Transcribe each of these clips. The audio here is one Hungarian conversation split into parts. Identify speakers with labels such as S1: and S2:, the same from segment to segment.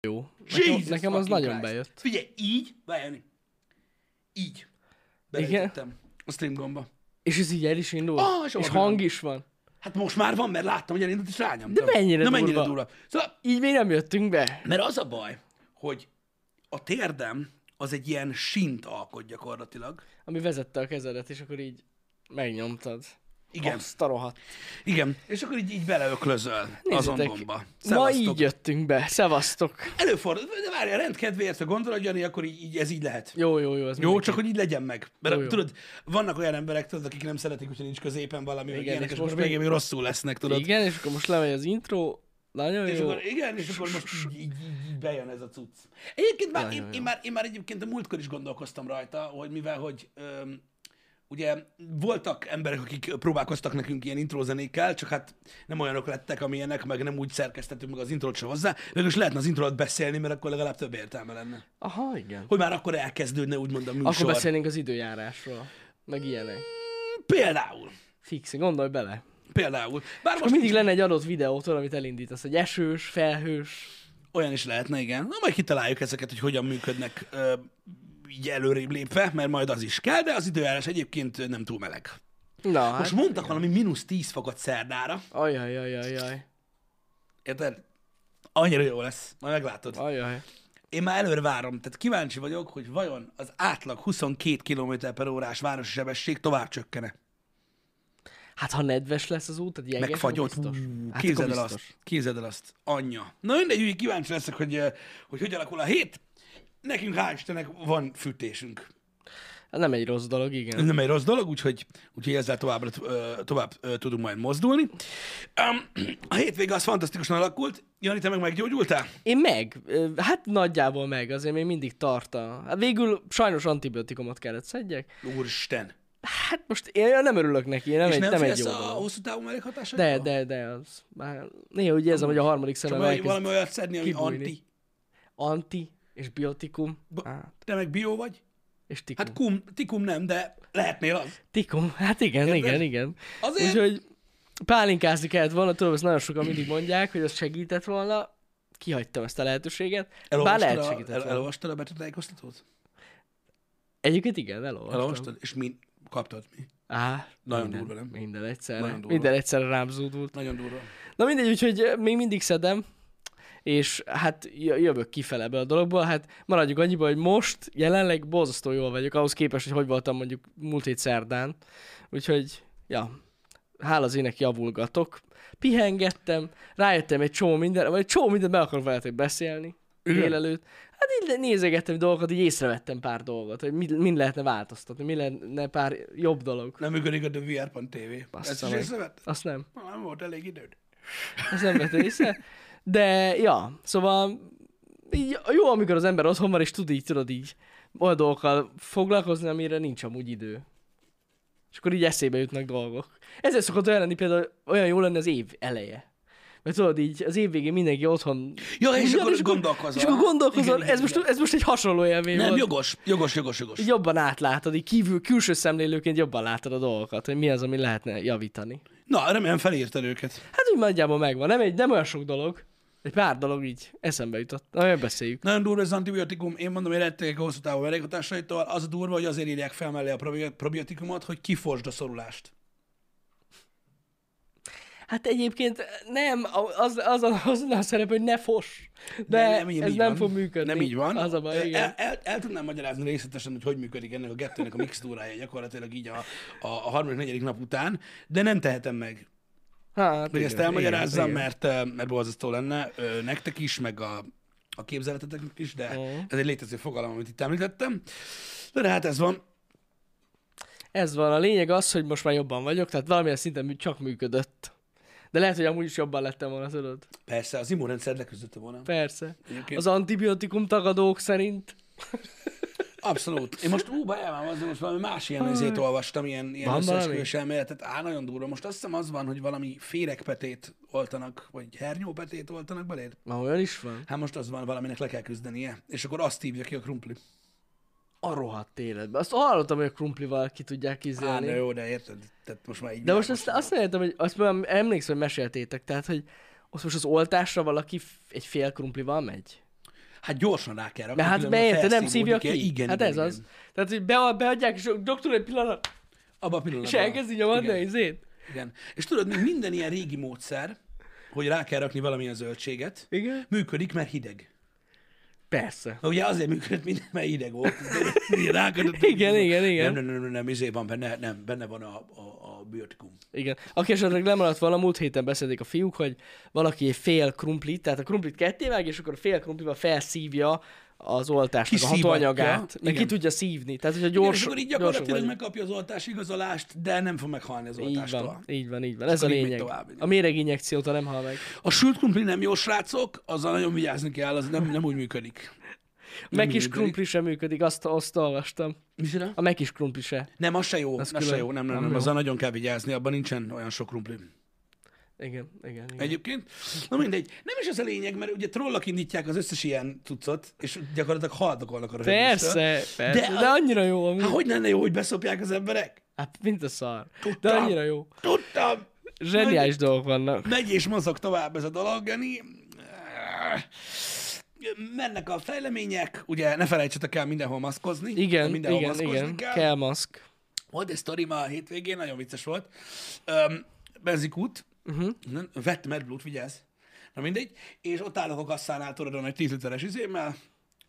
S1: jó. Nekem,
S2: Jesus
S1: nekem az
S2: fucking
S1: nagyon
S2: Christ.
S1: bejött.
S2: Figyelj, így, várjani. Így. Belejtettem a stream gomba.
S1: És ez így el is indul?
S2: Ah,
S1: és
S2: soha
S1: hang
S2: nem.
S1: is van.
S2: Hát most már van, mert láttam, hogy elindult, és rányomtam.
S1: De mennyire
S2: Na, mennyire
S1: durva.
S2: durva. Szóval,
S1: Így még nem jöttünk be.
S2: mert az a baj, hogy a térdem az egy ilyen sint alkot gyakorlatilag.
S1: Ami vezette a kezedet, és akkor így megnyomtad.
S2: Igen,
S1: Azt a rohadt.
S2: igen. És akkor így, így beleöklözöl azon
S1: Nézzétek,
S2: gomba.
S1: ma
S2: Szevasztok.
S1: így jöttünk be. Szevasztok.
S2: Előfordul, de várj, a rendkedvéért, ha gondolod, Jani, akkor így, így, ez így lehet.
S1: Jó, jó, jó. Ez
S2: Jó,
S1: mindenki.
S2: csak hogy így legyen meg. Mert
S1: Jó, jó.
S2: tudod, vannak olyan emberek, tudod, akik nem szeretik, hogyha nincs középen valami, igen,
S1: Igen,
S2: ilyenek,
S1: és
S2: és
S1: most
S2: most
S1: meg-
S2: végén még rosszul lesznek, tudod. Igen.
S1: Igen, és akkor most lemegy az intro. Nagyon
S2: És
S1: jó.
S2: akkor, igen, és akkor most így, így, így, így bejön ez a cucc. Egyébként már,
S1: Nagyon
S2: én,
S1: jó.
S2: én, már, én már egyébként a múltkor is gondolkoztam rajta, hogy mivel, hogy öm, ugye voltak emberek, akik próbálkoztak nekünk ilyen intrózenékkel, csak hát nem olyanok lettek, amilyenek, meg nem úgy szerkesztettük meg az intrót se hozzá, mégis lehetne az intrót beszélni, mert akkor legalább több értelme lenne.
S1: Aha, igen.
S2: Hogy már akkor elkezdődne úgymond a műsor.
S1: Akkor beszélnénk az időjárásról. Meg ilyenek.
S2: Például.
S1: Fix, gondolj bele.
S2: Például. Bár
S1: Most
S2: most
S1: mindig lenne egy adott videótól, amit elindítasz, egy esős, felhős.
S2: Olyan is lehetne, igen. Na, majd kitaláljuk ezeket, hogy hogyan működnek ö, így előrébb lépve, mert majd az is kell, de az időjárás egyébként ö, nem túl meleg.
S1: Na, hát.
S2: Most mondtak valami mínusz 10 fokot szerdára,
S1: Ajaj, ajaj, ajaj.
S2: érted? Annyira jó lesz, majd meglátod.
S1: Ajaj.
S2: Én már előre várom, tehát kíváncsi vagyok, hogy vajon az átlag 22 km per órás városi sebesség tovább csökkene.
S1: Hát ha nedves lesz az út, tehát jenges,
S2: Megfagyott.
S1: akkor biztos.
S2: Ú,
S1: Hát
S2: Képzeld
S1: akkor
S2: el
S1: biztos.
S2: azt. Képzeld el azt. Anyja. Na mindegy, úgy kíváncsi leszek, hogy ö, hogy, hogy alakul a hét. Nekünk hál' Istennek van fűtésünk.
S1: Hát nem egy rossz dolog, igen.
S2: Ez nem egy rossz dolog, úgyhogy, úgyhogy ezzel továbbra, ö, tovább ö, tudunk majd mozdulni. Um, a hétvége az fantasztikusan alakult. Jani, te meg meggyógyultál?
S1: Én meg, ö, hát nagyjából meg, azért még mindig tart a... Hát végül sajnos antibiotikumot kellett szedjek.
S2: Úristen. Hát
S1: Most én nem örülök neki, én nem,
S2: és
S1: egy,
S2: nem,
S1: nem egy
S2: félsz
S1: jó
S2: a
S1: dolog.
S2: hosszú távú mellékhatása?
S1: De, de, de, az már... Néha úgy érzem, hogy a harmadik szemem
S2: Valami,
S1: elkezd
S2: valami olyat szedni, ami
S1: kibújni.
S2: anti.
S1: anti és biotikum.
S2: Ba-
S1: Hát,
S2: Te meg bio vagy?
S1: és tikum.
S2: Hát kum, tikum nem, de lehetnél az.
S1: Tikum, hát igen, igen, igen.
S2: Azért-
S1: Úgyhogy pálinkázni kellett volna, tudom, ezt nagyon sokan mindig mondják, hogy az segített volna, kihagytam ezt a lehetőséget, bár
S2: Elolvastad,
S1: lehet
S2: a,
S1: segített
S2: el,
S1: volna.
S2: elolvastad a betegtájékoztatót?
S1: Egyébként igen, elolvastam.
S2: Elolvastad? És mi kaptad mi?
S1: Á,
S2: Nagyon
S1: minden,
S2: durva, nem?
S1: Minden egyszerre,
S2: Nagyon durva.
S1: minden egyszerre rám zúdult.
S2: Nagyon durva.
S1: Na mindegy, úgyhogy ö, még mindig szedem, és hát jö- jövök kifele ebből a dologból, hát maradjuk annyiba, hogy most jelenleg borzasztó jól vagyok, ahhoz képest, hogy hogy voltam mondjuk múlt hét szerdán, úgyhogy, ja, hála az ének javulgatok, pihengettem, rájöttem egy csomó minden, vagy egy csomó mindent meg akarok veletek beszélni,
S2: Igen.
S1: délelőtt. Hát így nézegettem dolgokat, így észrevettem pár dolgot, hogy mi, min lehetne változtatni, mi lenne pár jobb dolog.
S2: Nem működik a The VR.tv.
S1: Bassza
S2: Ezt is
S1: meg.
S2: észrevett?
S1: Azt nem.
S2: Nem volt elég időd.
S1: Ezt nem vettem észre. De, ja, szóval így, jó, amikor az ember otthon van, és tud így, tudod így olyan dolgokkal foglalkozni, amire nincs amúgy idő. És akkor így eszébe jutnak dolgok. Ezért szokott olyan lenni például, olyan jó lenne az év eleje. Mert tudod így, az év végén mindenki otthon...
S2: Ja, és
S1: Ugyan,
S2: akkor gondolkozol.
S1: És akkor gondolkozol,
S2: Igen, igen,
S1: ez, most, ez most egy hasonló élmény
S2: Nem,
S1: volt.
S2: jogos, jogos, jogos, jogos.
S1: Így jobban átlátod, így kívül, külső szemlélőként jobban látod a dolgokat, hogy mi az, ami lehetne javítani.
S2: Na, remélem felírtad őket.
S1: Hát úgy nagyjából megvan. Nem, egy, nem olyan sok dolog. Egy pár dolog így eszembe jutott. Na, olyan beszéljük.
S2: Nagyon durva ez az antibiotikum, én mondom, hogy rettegek a hosszú távú mellékhatásaitól. Az a durva, hogy azért írják fel mellé a probi- probiotikumot, hogy kifosd a szorulást.
S1: Hát egyébként nem, az, az, az, az a szerep, hogy ne fos. De
S2: Nem,
S1: nem,
S2: így-
S1: ez
S2: így
S1: nem
S2: van.
S1: fog működni.
S2: Nem így van. E,
S1: Az a baj, igen.
S2: El, el, el, tudnám magyarázni részletesen, hogy hogy működik ennek a kettőnek a mixtúrája gyakorlatilag így a, a, a harmadik, negyedik nap után, de nem tehetem meg,
S1: Hát,
S2: hogy
S1: igen,
S2: ezt elmagyarázzam,
S1: igen, igen.
S2: mert, eh, mert borzasztó lenne ö, nektek is, meg a, a képzeleteteknek is, de
S1: Ó.
S2: ez egy létező fogalom, amit itt említettem. Na, De hát ez van.
S1: Ez van. A lényeg az, hogy most már jobban vagyok, tehát valamilyen szinten mű- csak működött. De lehet, hogy amúgy is jobban lettem volna, tudod?
S2: Persze, az immunrendszer leküzdötte volna.
S1: Persze.
S2: Egyébként-
S1: Az antibiotikum tagadók szerint.
S2: Abszolút. Én most ú, bajában az, de most valami más ilyen izét olvastam, ilyen, ilyen
S1: Van
S2: összeesküvés elméletet. Á, nagyon durva. Most azt hiszem az van, hogy valami féregpetét oltanak, vagy hernyópetét oltanak beléd.
S1: Ma olyan is van?
S2: Hát most az van, valaminek le kell küzdenie. És akkor azt hívja ki a krumpli.
S1: A rohadt életben. Azt hallottam, hogy a krumplival ki tudják
S2: Á,
S1: kizélni.
S2: na jó, de érted. Tehát most már így
S1: De most
S2: világos.
S1: azt, azt nem értem, hogy azt már emlékszem, hogy meséltétek, tehát, hogy ott most az oltásra valaki f- egy fél krumplival megy.
S2: Hát gyorsan rá kell rakni.
S1: Mert hát
S2: különben
S1: beérte, nem
S2: felszívódik
S1: szívja
S2: el.
S1: ki.
S2: Igen,
S1: hát
S2: igen,
S1: ez
S2: igen.
S1: az. Tehát, hogy be, beadják, és a doktor egy pillanat,
S2: Abba a pillanatban.
S1: és elkezdi nyomadni a
S2: Igen.
S1: izét.
S2: igen. És tudod, még minden ilyen régi módszer, hogy rá kell rakni valamilyen zöldséget,
S1: Igen?
S2: működik, mert hideg.
S1: Persze.
S2: Na, Ugye azért működött minden, mert hideg volt. De rákötött-
S1: Igen, igen, igen.
S2: Nem, nem, nem, nem, nem, izé van benne, nem, benne van a, a, a biotikum.
S1: Igen. Aki esetleg lemaradt volna, múlt héten beszélték a fiúk, hogy valaki egy fél krumplit, tehát a krumplit ketté vág, és akkor a fél krumpliba felszívja az oltásnak a
S2: Kiszívatja.
S1: hatóanyagát. Meg ki
S2: Igen.
S1: tudja szívni. Tehát, hogyha
S2: Igen,
S1: gyors,
S2: és akkor így
S1: gyorsak
S2: gyakorlatilag
S1: vagyunk.
S2: megkapja az oltás igazolást, de nem fog meghalni az
S1: Így
S2: oltástól.
S1: van, így van, így van. Ez a
S2: akkor így megy
S1: lényeg.
S2: tovább, igen.
S1: A méreginjekcióta nem hal meg.
S2: A sült krumpli nem jó, srácok, azzal nagyon vigyázni kell, az nem, nem úgy működik.
S1: A meg is
S2: működik.
S1: krumpli sem működik, azt, azt olvastam.
S2: Micsoda?
S1: A meg is krumpli se.
S2: Nem, az se jó, az, az se
S1: külön.
S2: jó, nem, nem, nem,
S1: Nem jó.
S2: azzal nagyon kell vigyázni, abban nincsen olyan sok krumpli.
S1: Igen, igen, igen.
S2: Egyébként, na mindegy, nem is ez a lényeg, mert ugye trollak indítják az összes ilyen cuccot, és gyakorlatilag haldokolnak a röhögéstől.
S1: Persze, persze, de,
S2: a-
S1: de annyira jó, ami...
S2: Hát hogy lenne jó, hogy beszopják az emberek?
S1: Hát, mint a szar. De
S2: Tudtam.
S1: annyira jó.
S2: Tudtam!
S1: Zseniális dolgok vannak.
S2: Megy és mozog tovább ez a dolog, Gani. Mennek a fejlemények, ugye ne felejtsetek el mindenhol maszkozni.
S1: Igen,
S2: mindenhol
S1: igen,
S2: maszkozni
S1: igen.
S2: Kell.
S1: Kell maszk.
S2: Volt egy sztori ma a hétvégén, nagyon vicces volt. Öm, benzikút, uh-huh. vettem AdBlue-t, vigyázz. Na mindegy. És ott állok a kasszánál, tudod, a nagy 10 literes izémmel,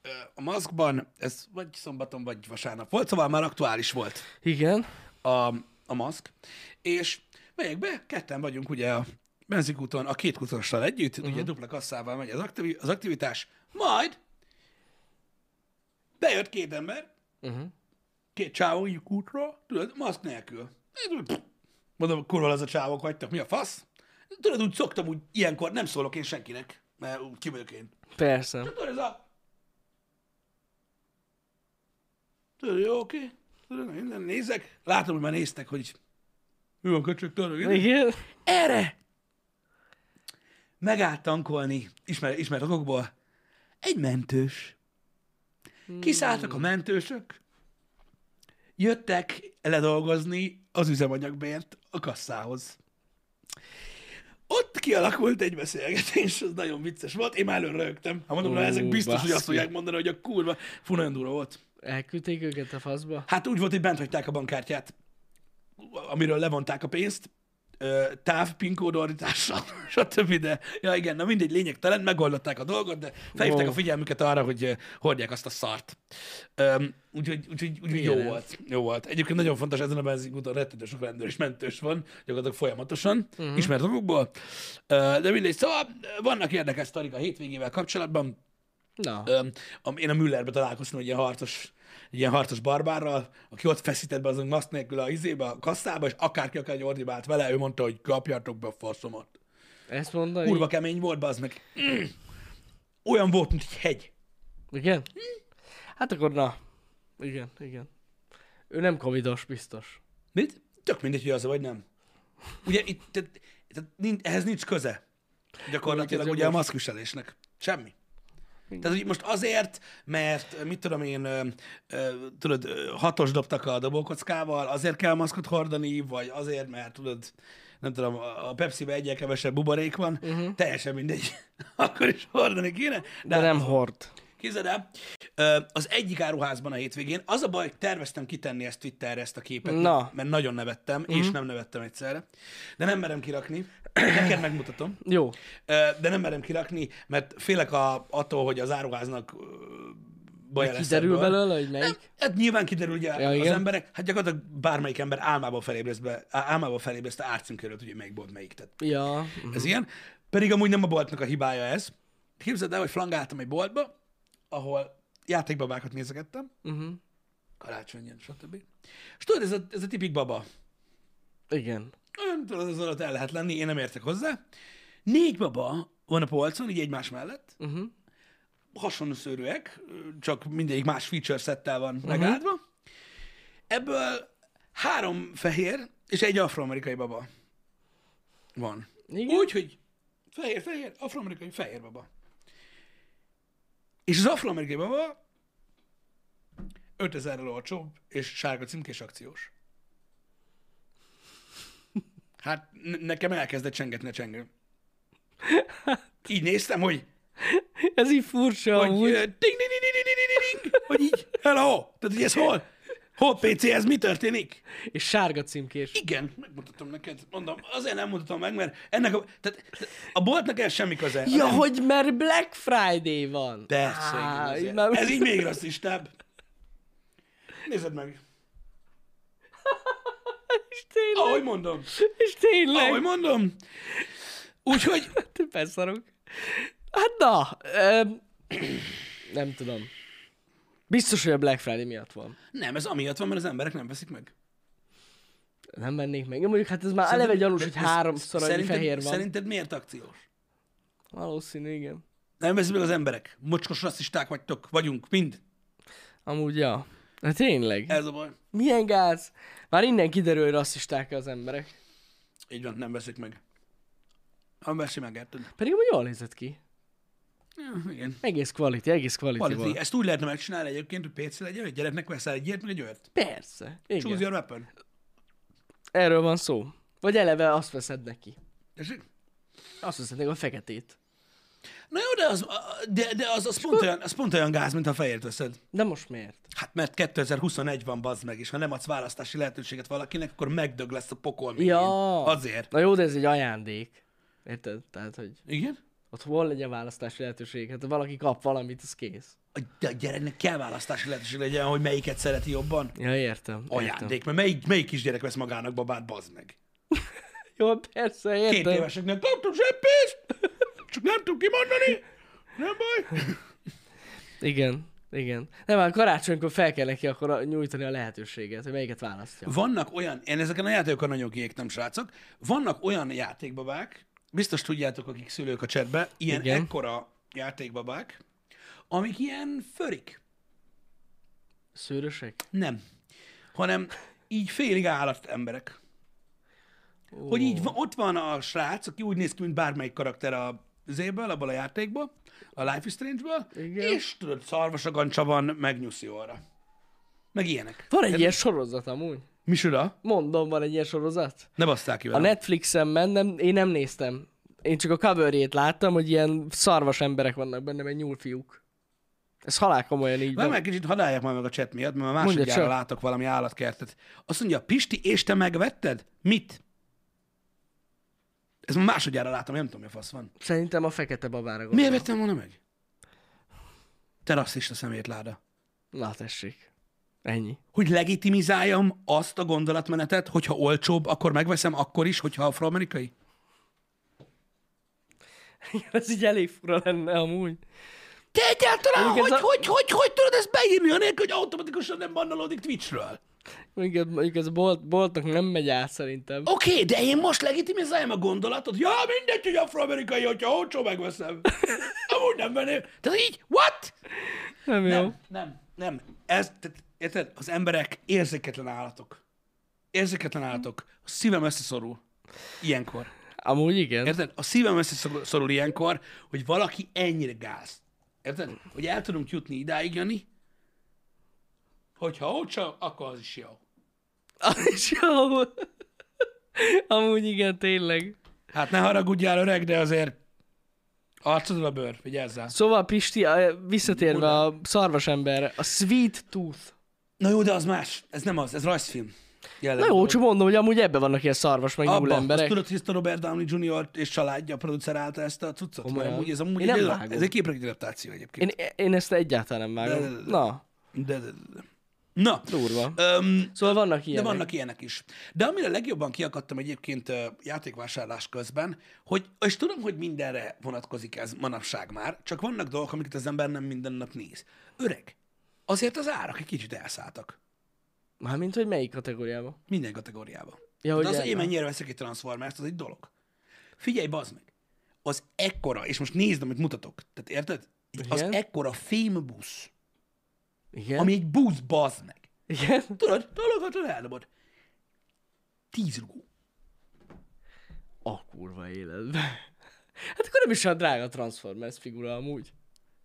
S2: ö, a maszkban, ez vagy szombaton, vagy vasárnap volt, szóval már aktuális volt
S1: Igen.
S2: a, a maszk, és megyek be, ketten vagyunk ugye a benzinkúton, a két kutassal együtt, uh-huh. ugye dupla kasszával megy az, aktivi- az aktivitás, majd bejött két ember,
S1: Uh-huh.
S2: két csávó így kútról, tudod, maszk nélkül. Pff, Mondom, kurva az a csávok vagytok, mi a fasz? Tudod, úgy szoktam, úgy ilyenkor nem szólok én senkinek, mert úgy ki vagyok én.
S1: Persze.
S2: Tudod, ez a... Tudod, jó, oké. Tudod, minden nézek. Látom, hogy már néztek, hogy mi van köcsök, tudod, minden.
S1: Igen.
S2: Erre megállt tankolni, ismer, ismert okokból, egy mentős.
S1: Hmm.
S2: Kiszálltak a mentősök, jöttek ledolgozni az üzemanyagbért a kasszához. Ott kialakult egy beszélgetés, az nagyon vicces volt. Én már előre rögtem. Ha mondom, na,
S1: Ú,
S2: ezek biztos, hogy azt
S1: baszki.
S2: fogják mondani, hogy a kurva. Fú, nagyon durva volt.
S1: Elküldték őket a faszba.
S2: Hát úgy volt, hogy bent hagyták a bankkártyát, amiről levonták a pénzt, ö, távpinkódordítással, stb. De, ja igen, na mindegy, lényegtelen, megoldották a dolgot, de felhívták
S1: Wow.
S2: a figyelmüket arra, hogy ö, hordják azt a szart. Öm, Úgyhogy, úgyhogy, úgyhogy jó
S1: Igen.
S2: volt. Jó volt. Egyébként nagyon fontos, ezen a benzinkúton rettető sok rendőr és mentős van, gyakorlatilag folyamatosan, uh-huh. ismert okokból. Ö, De mindegy, szóval ö, vannak érdekes sztorik a hétvégével kapcsolatban.
S1: Na.
S2: Öm, am- én a Müllerbe találkoztam egy ilyen harcos, egy ilyen harcos barbárral, aki ott feszített be azon maszk nélkül a izébe, a kasszába, és akárki akár ordibált vele, ő mondta, hogy kapjátok be a faszomat.
S1: Ezt mondani?
S2: Kurva kemény volt, bazd meg. Mm. Olyan volt, mint egy hegy.
S1: Igen? Hát akkor na. Igen, igen. Ő nem covidos, biztos.
S2: Mit? Tök mindegy, hogy az vagy nem. Ugye itt, tehát, tehát nin- ehhez nincs köze. Gyakorlatilag
S1: Ugye,
S2: ugye a
S1: most-
S2: maszkviselésnek. Semmi. Tehát, hogy most azért, mert mit tudom én, ö, ö, tudod, ö, hatos dobtak a dobókockával, azért kell maszkot hordani, vagy azért, mert tudod, nem tudom, a a Pepsi-be egyel kevesebb buborék van, uh-huh. teljesen mindegy, akkor is hordani kéne.
S1: De nem hord.
S2: Képzeld el, ö, az egyik áruházban a hétvégén, az a baj, terveztem kitenni ezt Twitterre, ezt a képet,
S1: Na. Mhm.
S2: mert nagyon nevettem, és nem nevettem egyszerre, de nem merem kirakni, neked megmutatom.
S1: Jó.
S2: Ö, de nem merem kirakni, mert félek a, attól, hogy az áruháznak ö, baja lesz
S1: Kiderül
S2: ebből.
S1: belőle, hogy melyik?
S2: Hát nyilván kiderül, ugye
S1: Ja,
S2: az
S1: igen.
S2: emberek, hát gyakorlatilag bármelyik ember álmában felébreszt, álmában felébreszt a árcím került, hogy melyik volt melyik. Tehát
S1: Ja.
S2: ez ilyen. Pedig amúgy nem a boltnak a hibája ez. Képzeld el, hogy flangáltam egy boltba, ahol játékbabákat nézegettem,
S1: Uh-huh.
S2: karácsonyon, stb. És tudod, ez a, ez a tipik baba.
S1: Igen.
S2: Olyan tudod, az alatt el lehet lenni, én nem értek hozzá. Négy baba van a polcon, így egymás mellett.
S1: Uh-huh.
S2: hasonló szőrűek, csak mindegyik más feature szettel van uh-huh. megáldva. Ebből három fehér és egy afroamerikai baba van.
S1: Igen.
S2: Úgy, hogy fehér, fehér, afroamerikai, fehér baba. És az afroamerikai baba 5000-rel olcsóbb, és sárga címkés akciós. Hát ne- nekem elkezdett csengetni a csengő. Így néztem, hogy
S1: Ez így furcsa
S2: Hogy
S1: Hát. amúgy.
S2: ö, ding, ding, ding, ding, ding, ding, ding, ding, hogy így, hello! Tehát, hogy ez hol? Hol PC, ez mi történik?
S1: És sárga címkés.
S2: Igen, megmutatom neked. Mondom, azért nem mutatom meg, mert ennek a... Tehát, tehát a boltnak ez semmi köze. Az
S1: Ja,
S2: em-
S1: hogy mert Black Friday van.
S2: Persze,
S1: Á,
S2: Á,
S1: így már-
S2: Ez így még rasszistább. Nézed meg.
S1: És tényleg,
S2: Ahogy mondom.
S1: és tényleg.
S2: Ahogy mondom. Úgyhogy
S1: Te beszarok. Hát na, öm, nem tudom. Biztos, hogy a Black Friday miatt van.
S2: nem, ez amiatt van, mert az emberek nem veszik meg.
S1: Nem vennék meg. Jó, Mondjuk hát ez már eleve gyanús, hogy
S2: de- de
S1: háromszor annyi
S2: szerinted-
S1: fehér van.
S2: Szerinted miért akciós?
S1: Valószínű, igen.
S2: Nem veszik meg az emberek. Mocskos rasszisták vagytok, vagyunk, mind.
S1: Amúgy, ja. Hát tényleg.
S2: Ez a baj.
S1: Milyen gáz? Már innen kiderül, hogy rasszisták az emberek.
S2: Így van, nem veszik meg. Nem veszi meg, érted?
S1: Pedig amúgy jól nézett ki.
S2: Ja, igen.
S1: Egész quality, egész quality,
S2: Quality.
S1: volt.
S2: Ezt úgy lehetne megcsinálni egyébként, hogy PC legyen, hogy gyereknek veszel egy ilyet, meg egy olyat.
S1: Persze. Igen.
S2: Choose your weapon.
S1: Erről van szó. Vagy eleve azt veszed neki.
S2: Tessék?
S1: Azt veszed neki a feketét.
S2: Na jó, de az, a- de, de az, az, pont olyan, az pont olyan gáz, mint ha fejért veszed.
S1: De most miért?
S2: Hát mert 2021 van, bazd meg, és ha nem adsz választási lehetőséget valakinek, akkor megdög lesz a pokol még.
S1: Ja.
S2: Azért.
S1: Na jó, de ez egy ajándék. Érted? Tehát, hogy
S2: Igen?
S1: ott hol legyen választási lehetőség? Hát ha valaki kap valamit, az kész.
S2: A, de a gyereknek kell választási lehetőség legyen, hogy melyiket szereti jobban.
S1: Ja, értem. értem.
S2: Ajándék, mert melyik, melyik kisgyerek vesz magának babát, bazd meg.
S1: Jó, persze, értem.
S2: Két éveseknek kaptam zseppést, csak nem tudom kimondani. Nem baj.
S1: Igen, igen. Nem, már karácsonykor fel kell neki akkor a- nyújtani a lehetőséget, hogy melyiket választja.
S2: Vannak olyan, én ezeken a játékokon nagyon kiégtem, srácok, vannak olyan játékbabák, biztos tudjátok, akik szülők a csetbe, ilyen
S1: Igen.
S2: Igen. ekkora játékbabák, amik ilyen förik.
S1: Szőrösek?
S2: Nem. Hanem így félig állat emberek.
S1: Ó.
S2: Hogy így va- ott van a srác, aki úgy néz ki, mint bármelyik karakter a zéből, abból a játékból, a Life is Strange-ből,
S1: Igen.
S2: és tudod, szarvasagancsa van, meg nyuszi orra. Meg ilyenek.
S1: Van egy ilyen sorozat amúgy.
S2: Micsoda?
S1: Mondom, van egy ilyen sorozat.
S2: Ne basszál ki
S1: A
S2: velem.
S1: Netflixen ment, nem, én nem néztem. Én csak a coverjét láttam, hogy ilyen szarvas emberek vannak benne, meg nyúlfiúk. Ez halál komolyan így
S2: Már
S1: van.
S2: meg kicsit hadálják már meg a chat miatt, mert már másodjára
S1: csak.
S2: látok valami állatkertet. Azt mondja, Pisti, és te megvetted? Mit? Ez már másodjára látom, nem tudom, mi a fasz van.
S1: Szerintem a fekete babára gondolom.
S2: Miért vettem volna meg? Te rasszista szemétláda.
S1: Na tessék. Ennyi.
S2: Hogy legitimizáljam azt a gondolatmenetet, hogyha olcsóbb, akkor megveszem akkor is, hogyha afroamerikai?
S1: Ez így elég fura lenne amúgy.
S2: Te egyáltalán,
S1: Mondjuk
S2: hogy,
S1: ez
S2: a...
S1: a-
S2: hogy, hogy, hogy, tudod ezt beírni, anélkül, hogy automatikusan nem bannalódik Twitchről?
S1: Mondjuk, ez- mondjuk ez a bolt, boltnak nem megy át szerintem.
S2: Oké, okay, de én most legitimizáljam a gondolatot. Ja, mindegy, hogy afroamerikai, hogyha olcsó megveszem. Amúgy nem venném. Tehát így, what?
S1: Nem jó.
S2: Nem, nem, nem. Ez, tehát, érted? Az emberek érzéketlen állatok. Érzéketlen állatok. A szívem összeszorul. Ilyenkor.
S1: Amúgy igen.
S2: Érted? A szívem összeszorul ilyenkor, hogy valaki ennyire gáz. Érted? Hogy el tudunk jutni idáig, Jani, hogyha olcsó, akkor az is jó.
S1: És jó. Amúgy igen, tényleg.
S2: Hát ne haragudjál öreg, de azért arcodon a bőr, vigyázzál.
S1: Szóval Pisti, a- visszatérve a szarvasemberre, a Sweet Tooth.
S2: Na jó, de az más. Ez nem az, ez rajzfilm.
S1: Na jó, csak mondom, hogy amúgy ebben vannak ilyen szarvas meg nyúl
S2: Abba, azt
S1: emberek.
S2: tudod, hogy ezt a Robert Downey Jr. és családja producerálta ezt a cuccot? Mert
S1: Komolyan?
S2: amúgy ez amúgy
S1: Én nem
S2: egy,
S1: vágom.
S2: ez egy képregény adaptáció egyébként.
S1: Én, én ezt egyáltalán nem
S2: De- de-
S1: vágom.
S2: de-
S1: Na,
S2: De, de, de, de. Na,
S1: durva.
S2: öm,
S1: Szóval vannak
S2: de
S1: ilyenek.
S2: vannak ilyenek is. De amire legjobban kiakadtam egyébként ö, játékvásárlás közben, hogy, és tudom, hogy mindenre vonatkozik ez manapság már, csak vannak dolgok, amiket az ember nem minden nap néz. Öreg, azért az árak egy kicsit elszálltak.
S1: Mármint, hogy melyik kategóriában?
S2: Minden kategóriában.
S1: Ja,
S2: Ja,
S1: hogy
S2: de az, hogy
S1: ebben.
S2: én mennyire veszek egy Transformers, az egy dolog. Figyelj, bazd meg! Az ekkora, és most nézd, amit mutatok, tehát érted? Itt Az
S1: Igen.
S2: ekkora fémbusz,
S1: Igen?
S2: ami egy busz, bazd meg.
S1: Igen?
S2: Tudod, dolgokat eldobod. Tíz rugó.
S1: A kurva életben. Hát akkor nem is olyan drága Transformers figura amúgy.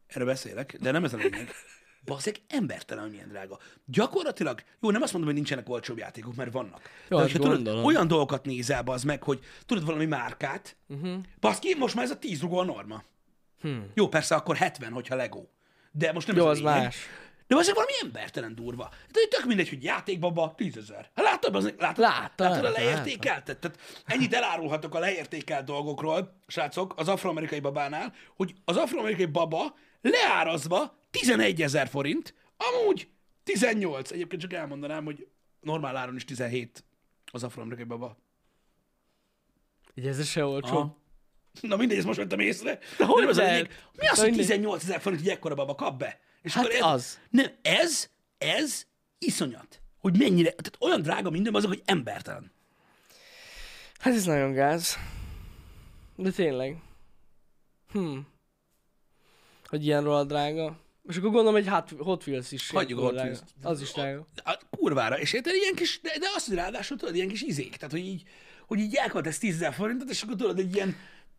S2: Erről beszélek, de nem ez a lényeg. Bazeg, embertelen, hogy milyen drága. Gyakorlatilag, jó, nem azt mondom, hogy nincsenek olcsóbb játékok, mert vannak.
S1: Jó, hát
S2: de hogyha tudod,
S1: gondolom.
S2: olyan dolgokat
S1: Mhm.
S2: nézel, az meg, hogy tudod valami márkát, uh-huh. baszki, most már ez a tíz rugó a norma. Hmm. Jó, persze akkor 70, hogyha Lego. De most nem
S1: Jó,
S2: ez a
S1: az
S2: lényeg.
S1: más.
S2: De azért valami embertelen durva. Hát, tök mindegy, hogy játékbaba 10 ezer. Hát látod, az, látod,
S1: Láttam,
S2: látod a
S1: láttam,
S2: leértékeltet? Tehát ennyit elárulhatok a leértékelt dolgokról, srácok, az afroamerikai babánál, hogy az afroamerikai baba leárazva 11 ezer forint, amúgy 18. Egyébként csak elmondanám, hogy normál áron is 17 az afroamerikai baba.
S1: Így ez se olcsó.
S2: Aha. Na mindegy, ezt most vettem észre.
S1: hogy
S2: nem az a
S1: lehet?
S2: lényeg. Mi az,
S1: Na
S2: hogy
S1: mindegy.
S2: 18 ezer forint, hogy ekkora baba kap be? És
S1: Hát
S2: ez,
S1: az.
S2: Nem, ez, ez iszonyat. Hogy mennyire, tehát olyan drága minden azok, hogy embertelen.
S1: Hát ez nagyon gáz. De tényleg. Hm. Hogy ilyen rohadt drága. És akkor gondolom egy Hot- Hot Wheels is.
S2: Hagyjuk a
S1: rohadt
S2: Hot
S1: drága. Az is drága.
S2: De Hát, kurvára. És érted, ilyen kis, de, de azt, hogy ráadásul tudod, ilyen kis izék. Tehát, hogy így, hogy így elköltesz 10 ezer forintot, és akkor tudod, egy ilyen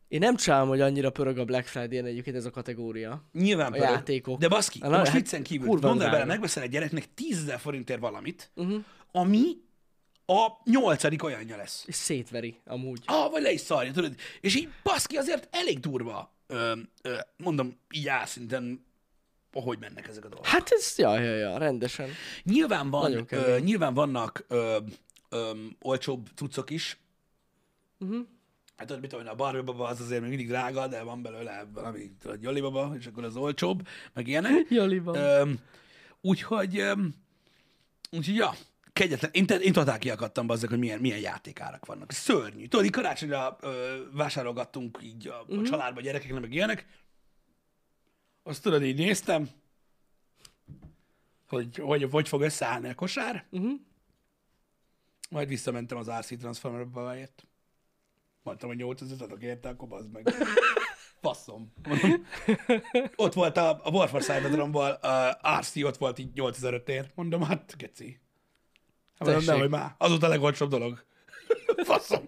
S1: Én nem csálom, hogy annyira pörög a Black Friday-en egyébként ez a kategória.
S2: nyilván pörög.
S1: játékok.
S2: De baszki,
S1: Na,
S2: Na, most
S1: hát
S2: viccen kívül,
S1: kurva
S2: gondolj bele,
S1: drága. Mhm.
S2: megveszel egy gyereknek 10 ezer forintért valamit, uh-huh. ami a nyolcadik olyanja lesz.
S1: És szétveri amúgy.
S2: ah, vagy le is szarja, tudod. És így baszki azért elég durva, ö, ö, mondom, így álszinten, ahogy mennek ezek a dolgok.
S1: Hát ez, ja, ja, ja, rendesen.
S2: Nyilván, van,
S1: Nagyon kemény.
S2: ö, nyilván vannak ö, ö, olcsóbb cuccok is, Hát tudod, mit tudom, én, a Barbie baba az azért még mindig drága, de van belőle valami, tudod, Jolly baba, és akkor az olcsóbb, meg ilyenek.
S1: Joli van.
S2: Öm, úgyhogy, öm, úgyhogy, ja, kegyetlen. Én, te- én totál kiakadtam bazzak, hogy milyen, milyen játékárak vannak. Szörnyű. Tudod, így karácsonyra ö, vásárolgattunk így a, a családba gyerekeknek, meg ilyenek. Azt tudod, így néztem, hogy hogy, hogy fog összeállni a kosár. Uh-huh. Majd visszamentem az RC Transformerbe bejött. Mondtam, hogy 8000 adok érte, akkor bazd meg. Faszom. Mondom, ott volt a, a War for Cyberdrome-val, a RC ott volt így 8500 ér. Mondom, hát geci. Hát Mondom,
S1: Tessék.
S2: nehogy már. Az volt a legolcsóbb dolog. Faszom.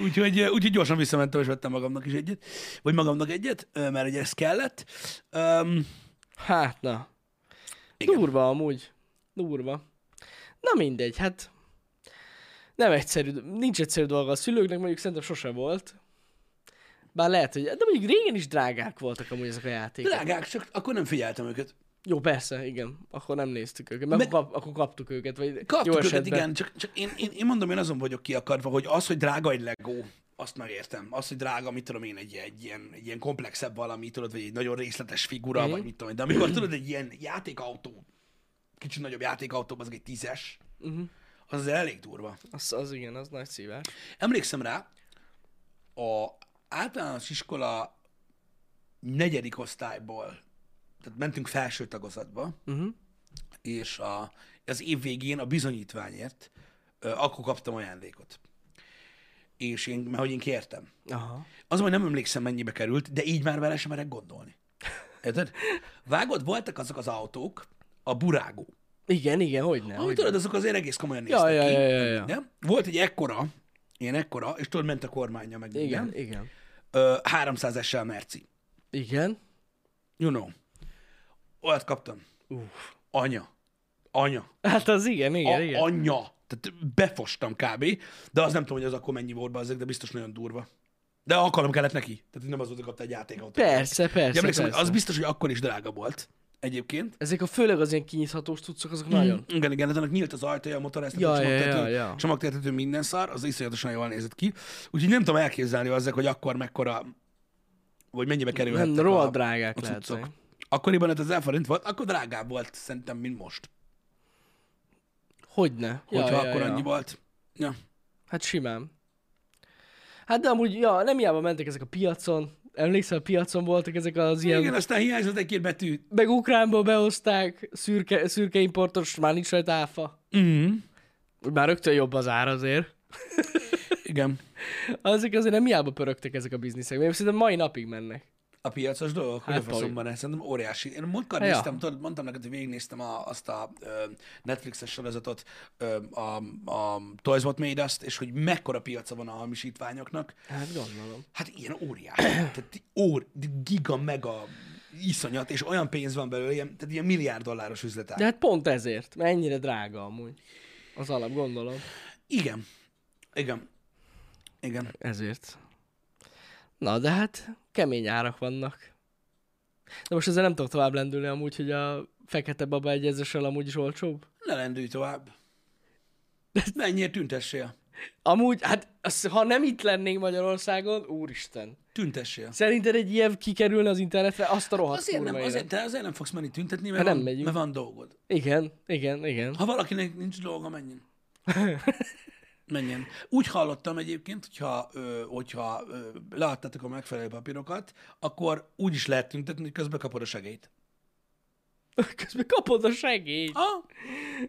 S2: Úgyhogy, eh, úgyhogy gyorsan visszamentem, és vettem magamnak is egyet. Vagy magamnak egyet, ö, mert ugye ez kellett. Um,
S1: Hát na.
S2: Igen.
S1: Igen. Durva amúgy. Durva. Na mindegy, hát nem egyszerű, nincs egyszerű dolga a szülőknek, mondjuk szerintem sose volt. Bár lehet, hogy, de mondjuk régen is drágák voltak amúgy ezek a játékok.
S2: drágák, csak akkor nem figyeltem őket.
S1: Jó, persze, igen. Akkor nem néztük őket, mert
S2: Meg-
S1: Meg... kap, akkor kaptuk őket. Vagy
S2: Kaptuk
S1: jó
S2: őket,
S1: esetben.
S2: igen, csak, csak én, én, én, mondom, én azon vagyok kiakadva, hogy az, hogy drága egy Lego, azt megértem. Az, hogy drága, mit tudom én, egy, egy, ilyen, egy ilyen komplexebb valami, tudod, vagy egy nagyon részletes figura, vagy mit tudom én. De amikor tudod, egy ilyen játékautó, kicsit nagyobb játékautó, az egy tízes, az azért elég durva.
S1: Az, az igen, az nagy szívás.
S2: Emlékszem rá, a általános iskola negyedik osztályból, tehát mentünk felső tagozatba,
S1: Uh-huh.
S2: és a, az év végén a bizonyítványért ö, akkor kaptam ajándékot. És én, mert hogy én kértem.
S1: Aha.
S2: Az, hogy nem emlékszem, mennyibe került, de így már vele sem merek gondolni. Érted? Vágod, voltak azok az autók, a burágó.
S1: Igen, igen, hogy nem.
S2: Ami
S1: Hogy...
S2: tudod, azok azért egész komolyan
S1: Ja,
S2: néztek
S1: ja, ja,
S2: ki.
S1: ja,
S2: meg
S1: ja.
S2: minden. Volt egy ekkora, ilyen ekkora, és tudod, ment a kormánya meg
S1: nem. Igen,
S2: minden.
S1: igen.
S2: Ö, 300 SL merci.
S1: Igen.
S2: You know. Olyat kaptam.
S1: Uff.
S2: Anya. Anya.
S1: Hát az igen, igen,
S2: a,
S1: igen.
S2: anyja. Tehát befostam kb. De az nem tudom, hogy az akkor mennyi volt be de biztos nagyon durva. De alkalom kellett neki. Tehát nem az volt, hogy kapta egy játékot.
S1: Persze, persze,
S2: emlékszem,
S1: persze.
S2: hogy az biztos, hogy akkor is drága volt. Egyébként.
S1: Ezek a főleg az ilyen kinyithatós cuccok, azok nagyon.
S2: Mm, Igen, igen, de annak nyílt az ajtaja, a motor, ezt
S1: Ja,
S2: a
S1: ja,
S2: csomagtértető-
S1: ja, ja.
S2: csomagtértető, minden szar, az iszonyatosan jól nézett ki. Úgyhogy nem tudom elképzelni ezek, hogy akkor mekkora, vagy mennyibe kerülhettek
S1: Nem,
S2: a-
S1: rohadt drágák
S2: a cuccok.
S1: lehetnek.
S2: Akkoriban hát 5000 forint volt, akkor drágább volt szerintem, mint most.
S1: Hogyne.
S2: Hogyha akkor annyi volt. Ja.
S1: Hát simán. Hát de amúgy, ja, nem hiába mentek ezek a piacon. Emlékszel, a piacon voltak ezek az ilyen...
S2: Igen, aztán hiányzott egy-két betű.
S1: Meg Ukránból behozták, szürke, szürke importos, már nincs rajta áfa.
S2: Mm.
S1: Úgy Már rögtön jobb az ár azért.
S2: Igen.
S1: Ezek azért nem hiába pörögtek ezek a bizniszek, mert szerintem mai napig mennek.
S2: A piacos dolgok, hogy
S1: Hát,
S2: a faszomban ez, szerintem óriási. Én múltkor
S1: Ja.
S2: néztem, tudod, mondtam neked, hogy végignéztem a, azt a ö, Netflixes sorozatot, ö, a, a Toys What Made Us-t, és hogy mekkora piaca van a hamisítványoknak.
S1: Hát gondolom.
S2: Hát ilyen óriási. tehát ór, giga, mega iszonyat, és olyan pénz van belőle, ilyen, tehát ilyen milliárd dolláros üzletág.
S1: De hát pont ezért, mert ennyire drága amúgy. Az alap, gondolom.
S2: Igen. Igen. Igen.
S1: Ezért. Na, de hát kemény árak vannak. De most ezzel nem tudok tovább lendülni amúgy, hogy a fekete baba egyezéssel amúgy is olcsóbb.
S2: Ne lendülj tovább. Mennyiért tüntessél?
S1: Amúgy, hát az, ha nem itt lennénk Magyarországon, úristen.
S2: Tüntessél.
S1: Szerinted egy ilyen kikerülne az internetre, azt a rohadt
S2: Azért nem,
S1: kurva
S2: azért,
S1: élet.
S2: te azért nem fogsz menni tüntetni, mert,
S1: Hát nem
S2: van,
S1: megyünk.
S2: mert van dolgod.
S1: Igen, igen, igen.
S2: Ha valakinek nincs dolga, menjen. Menjen. Úgy hallottam egyébként, hogyha, ö, hogyha ö, leadtátok a megfelelő papírokat, akkor úgy is lehet tüntetni, hogy közben kapod a segélyt.
S1: Közben kapod a segélyt.
S2: Ah,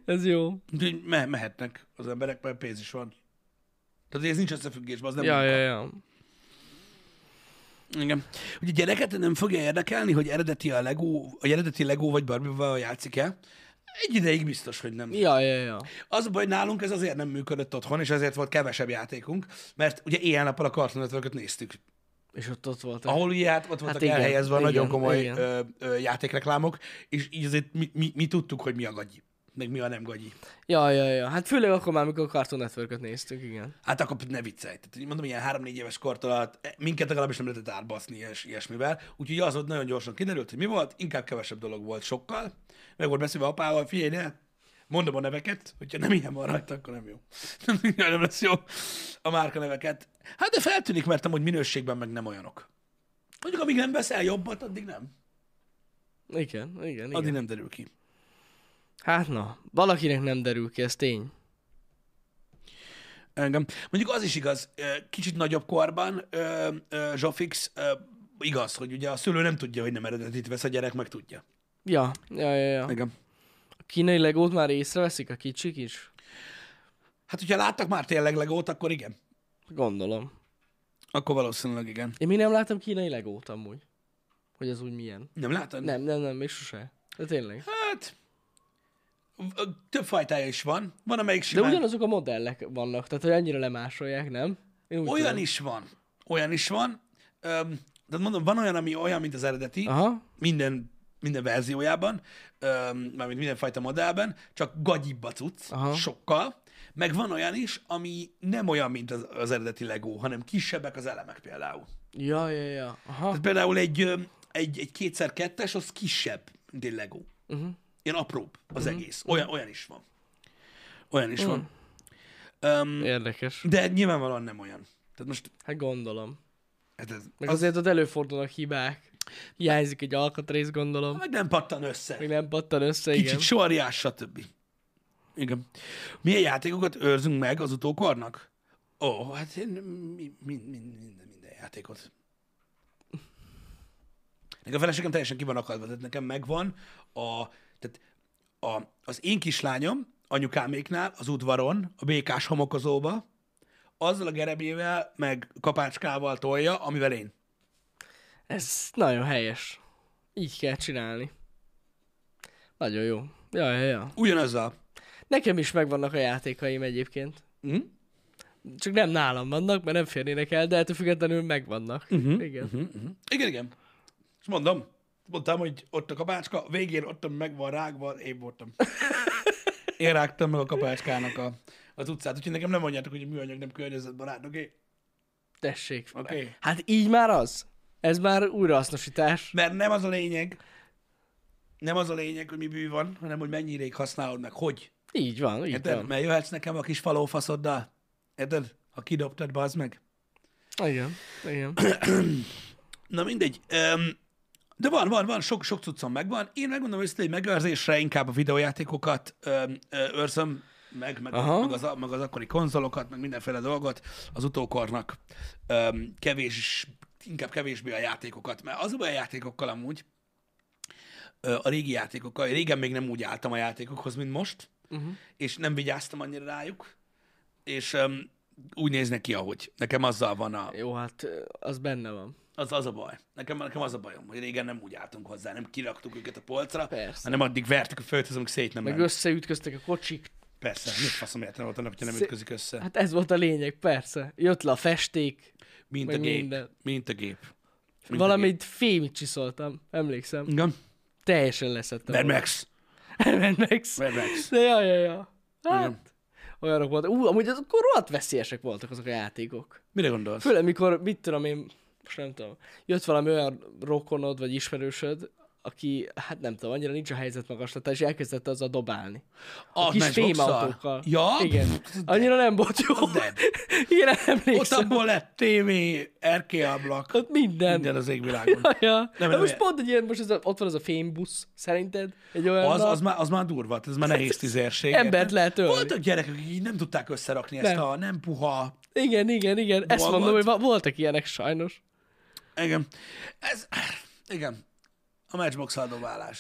S1: Ez jó.
S2: Úgyhogy me- mehetnek az emberek, mert pénz is van. Tehát ez nincs összefüggésben, az nem
S1: Ja, ja, ja.
S2: Igen. Ugye gyereket nem fogja érdekelni, hogy eredeti a Lego, a eredeti Lego vagy Barbie-val játszik-e? Egy ideig biztos, hogy nem.
S1: Ja, ja, ja.
S2: Az a baj, nálunk ez azért nem működött otthon, és ezért volt kevesebb játékunk, mert ugye éjjel-nappal a kartonötvöket néztük.
S1: És ott ott volt.
S2: Ahol ugye hát ott voltak hát
S1: igen,
S2: igen, elhelyezve igen,
S1: igen,
S2: nagyon komoly
S1: igen.
S2: ö, ö, játékreklámok, és így azért mi, mi, mi tudtuk, hogy mi a gagyi, meg mi a nem gagyi.
S1: Ja, ja, ja. Hát főleg akkor már, amikor a Cartoon network néztük, igen.
S2: Hát akkor ne viccelj. Tehát, így mondom, ilyen 3-4 éves kortól alatt minket legalábbis nem lehetett árbaszni és ilyesmivel. Úgyhogy az ott nagyon gyorsan kiderült, hogy mi volt, inkább kevesebb dolog volt sokkal. Meg volt beszélve apával, figyelj, ne, mondom a neveket, hogyha nem ilyen van rajta, akkor nem jó. nem lesz jó a márka neveket. Hát de feltűnik, mert amúgy minőségben meg nem olyanok. Mondjuk, amíg nem veszel jobbat, addig nem.
S1: Igen, igen, igen.
S2: Addig nem derül ki.
S1: Hát na, valakinek nem derül ki, ez tény.
S2: Engem. Mondjuk az is igaz, ö, kicsit nagyobb korban ö, ö, Zsofix ö, igaz, hogy ugye a szülő nem tudja, hogy nem eredetit vesz, a gyerek meg tudja.
S1: Ja, ja, ja, ja.
S2: Engem.
S1: A kínai legót már észreveszik a kicsik is?
S2: Hát, hogyha láttak már tényleg legót, akkor igen.
S1: Gondolom.
S2: Akkor valószínűleg igen.
S1: Én még nem láttam kínai legót amúgy. Hogy az úgy milyen.
S2: Nem látod?
S1: Nem, nem, nem, még sose. De tényleg.
S2: Hát, ö, több fajtája is van. Van, amelyik
S1: De
S2: simán.
S1: ugyanazok a modellek vannak, tehát hogy annyira lemásolják, nem? Én úgy
S2: Olyan
S1: tudom.
S2: is van. Olyan is van. Öm, de mondom, van olyan, ami olyan, mint az eredeti.
S1: Aha.
S2: minden, minden verziójában, öm, mármint mindenfajta modellben, csak gagyibb a cucc,
S1: Aha.
S2: sokkal, meg van olyan is, ami nem olyan, mint az, az eredeti Lego, hanem kisebbek az elemek például.
S1: Ja, ja, ja. Aha.
S2: Tehát például egy, öm, egy, egy kétszer kettes, az kisebb, mint egy Lego.
S1: Mhm.
S2: Uh-huh. Ilyen apróbb az uh-huh. egész. Olyan, olyan is van. Olyan
S1: Mhm.
S2: is uh-huh. van. Öm,
S1: Érdekes.
S2: de nyilvánvalóan nem olyan. Tehát most
S1: Hát gondolom.
S2: hát ez,
S1: Meg
S2: az,
S1: azért ott előfordulnak hibák. Hiányzik egy alkatrész, gondolom.
S2: meg nem pattan össze.
S1: Még nem pattan össze, igen.
S2: Kicsit sorjás, stb. Igen. Milyen játékokat őrzünk meg az utókornak? Ó, hát én mi, mi, mi, minden, minden játékot. Nekem a feleségem teljesen ki van akadva, tehát nekem megvan a, tehát a, az én kislányom anyukáméknál az udvaron, a békás homokozóba, azzal a gerebével, meg kapácskával tolja, amivel én.
S1: Ez nagyon helyes. Így kell csinálni. Nagyon jó. Ja, ja, ja.
S2: Ugyanazzal.
S1: Nekem is megvannak a játékaim egyébként.
S2: Uh-huh.
S1: Csak nem nálam vannak, mert nem férnének el, de ettől függetlenül megvannak.
S2: Mhm,
S1: Uh-huh, Igen. Uh-huh.
S2: Igen, igen. És mondom, mondtam, hogy ott a kapácska, végén ott meg van rágva, én voltam. Én rágtam meg a kapácskának a, az utcát, úgyhogy nekem nem mondjátok, hogy a műanyag nem környezetbarát, oké? Okay?
S1: Tessék.
S2: Oké.
S1: Hát így már az. Ez már újrahasznosítás.
S2: Mert nem az a lényeg, nem az a lényeg, hogy mi bű van, hanem hogy mennyi ideig használod meg, hogy.
S1: Így van, így
S2: Érted?
S1: van.
S2: Mert jöhetsz nekem a kis falófaszoddal. Érted? Ha kidobtad, bazd meg.
S1: Igen, igen.
S2: Na mindegy. Öm, de van, van, van, sok, sok cuccom megvan. Én megmondom őszintén, hogy megőrzésre inkább a videójátékokat öm, ö, őrzöm, meg, meg,
S1: Aha.
S2: meg, az, meg az akkori konzolokat, meg mindenféle dolgot az utókornak. Öm, kevés, inkább kevésbé a játékokat, mert az a baj a játékokkal amúgy, ö, a régi játékokkal. Régen még nem úgy álltam a játékokhoz, mint most, uh-huh. és nem vigyáztam annyira rájuk, és öm, úgy néznek ki, ahogy. Nekem azzal van a,
S1: Jó, hát ö, az benne van.
S2: az, az a baj. Nekem, nekem az a bajom, hogy régen nem úgy álltunk hozzá, nem kiraktuk őket a polcra,
S1: Persze.
S2: hanem addig vertük a földhöz, amíg szét Hát nem
S1: Meg
S2: ment.
S1: összeütköztek a kocsik.
S2: Persze, mi faszom értelme volt annak, hogyha nem
S1: Szé-
S2: ütközik össze.
S1: Hát ez volt a lényeg, persze. Jött le a festék.
S2: Mint a
S1: meg
S2: gép.
S1: minden.
S2: Mint a gép. Mint a gép.
S1: Valamit fémit csiszoltam, emlékszem.
S2: Igen.
S1: Teljesen leszettem.
S2: Mad
S1: volna.
S2: Max.
S1: Mad Max.
S2: Mad Max.
S1: De ja, ja, ja. Hát,
S2: Igen.
S1: olyanok voltak. Ú, amúgy azok rohadt veszélyesek voltak azok a játékok.
S2: Mire gondolsz?
S1: Főleg mikor, mit tudom én, most nem tudom, jött valami olyan rokonod vagy ismerősöd, aki, hát nem tudom, annyira nincs a helyzet magaslata, és elkezdett azzal dobálni. A kis fémautókkal.
S2: Ja?
S1: Igen. Annyira nem volt jó.
S2: de.
S1: Ilyenre
S2: Ott
S1: emlékszem.
S2: abból lett tévé, erkéablak,
S1: Ott minden.
S2: minden az égvilágon.
S1: Ja, ja.
S2: Nem,
S1: Nem,
S2: nem,
S1: nem, most
S2: nem.
S1: pont egy ilyen, most ez a, ott van az a fémbusz, szerinted? Egy olyan
S2: Az, az, már, az már durva, tehát ez már nehéz tüzérség.
S1: Embert lehet ölni.
S2: Voltak gyerekek, akik így nem tudták összerakni ezt
S1: Nem.
S2: a nem puha.
S1: Igen, igen, igen. Ezt
S2: Dolgot.
S1: mondom, hogy va- voltak ilyenek sajnos.
S2: Igen. Ez, igen. A matchbox aldobálás.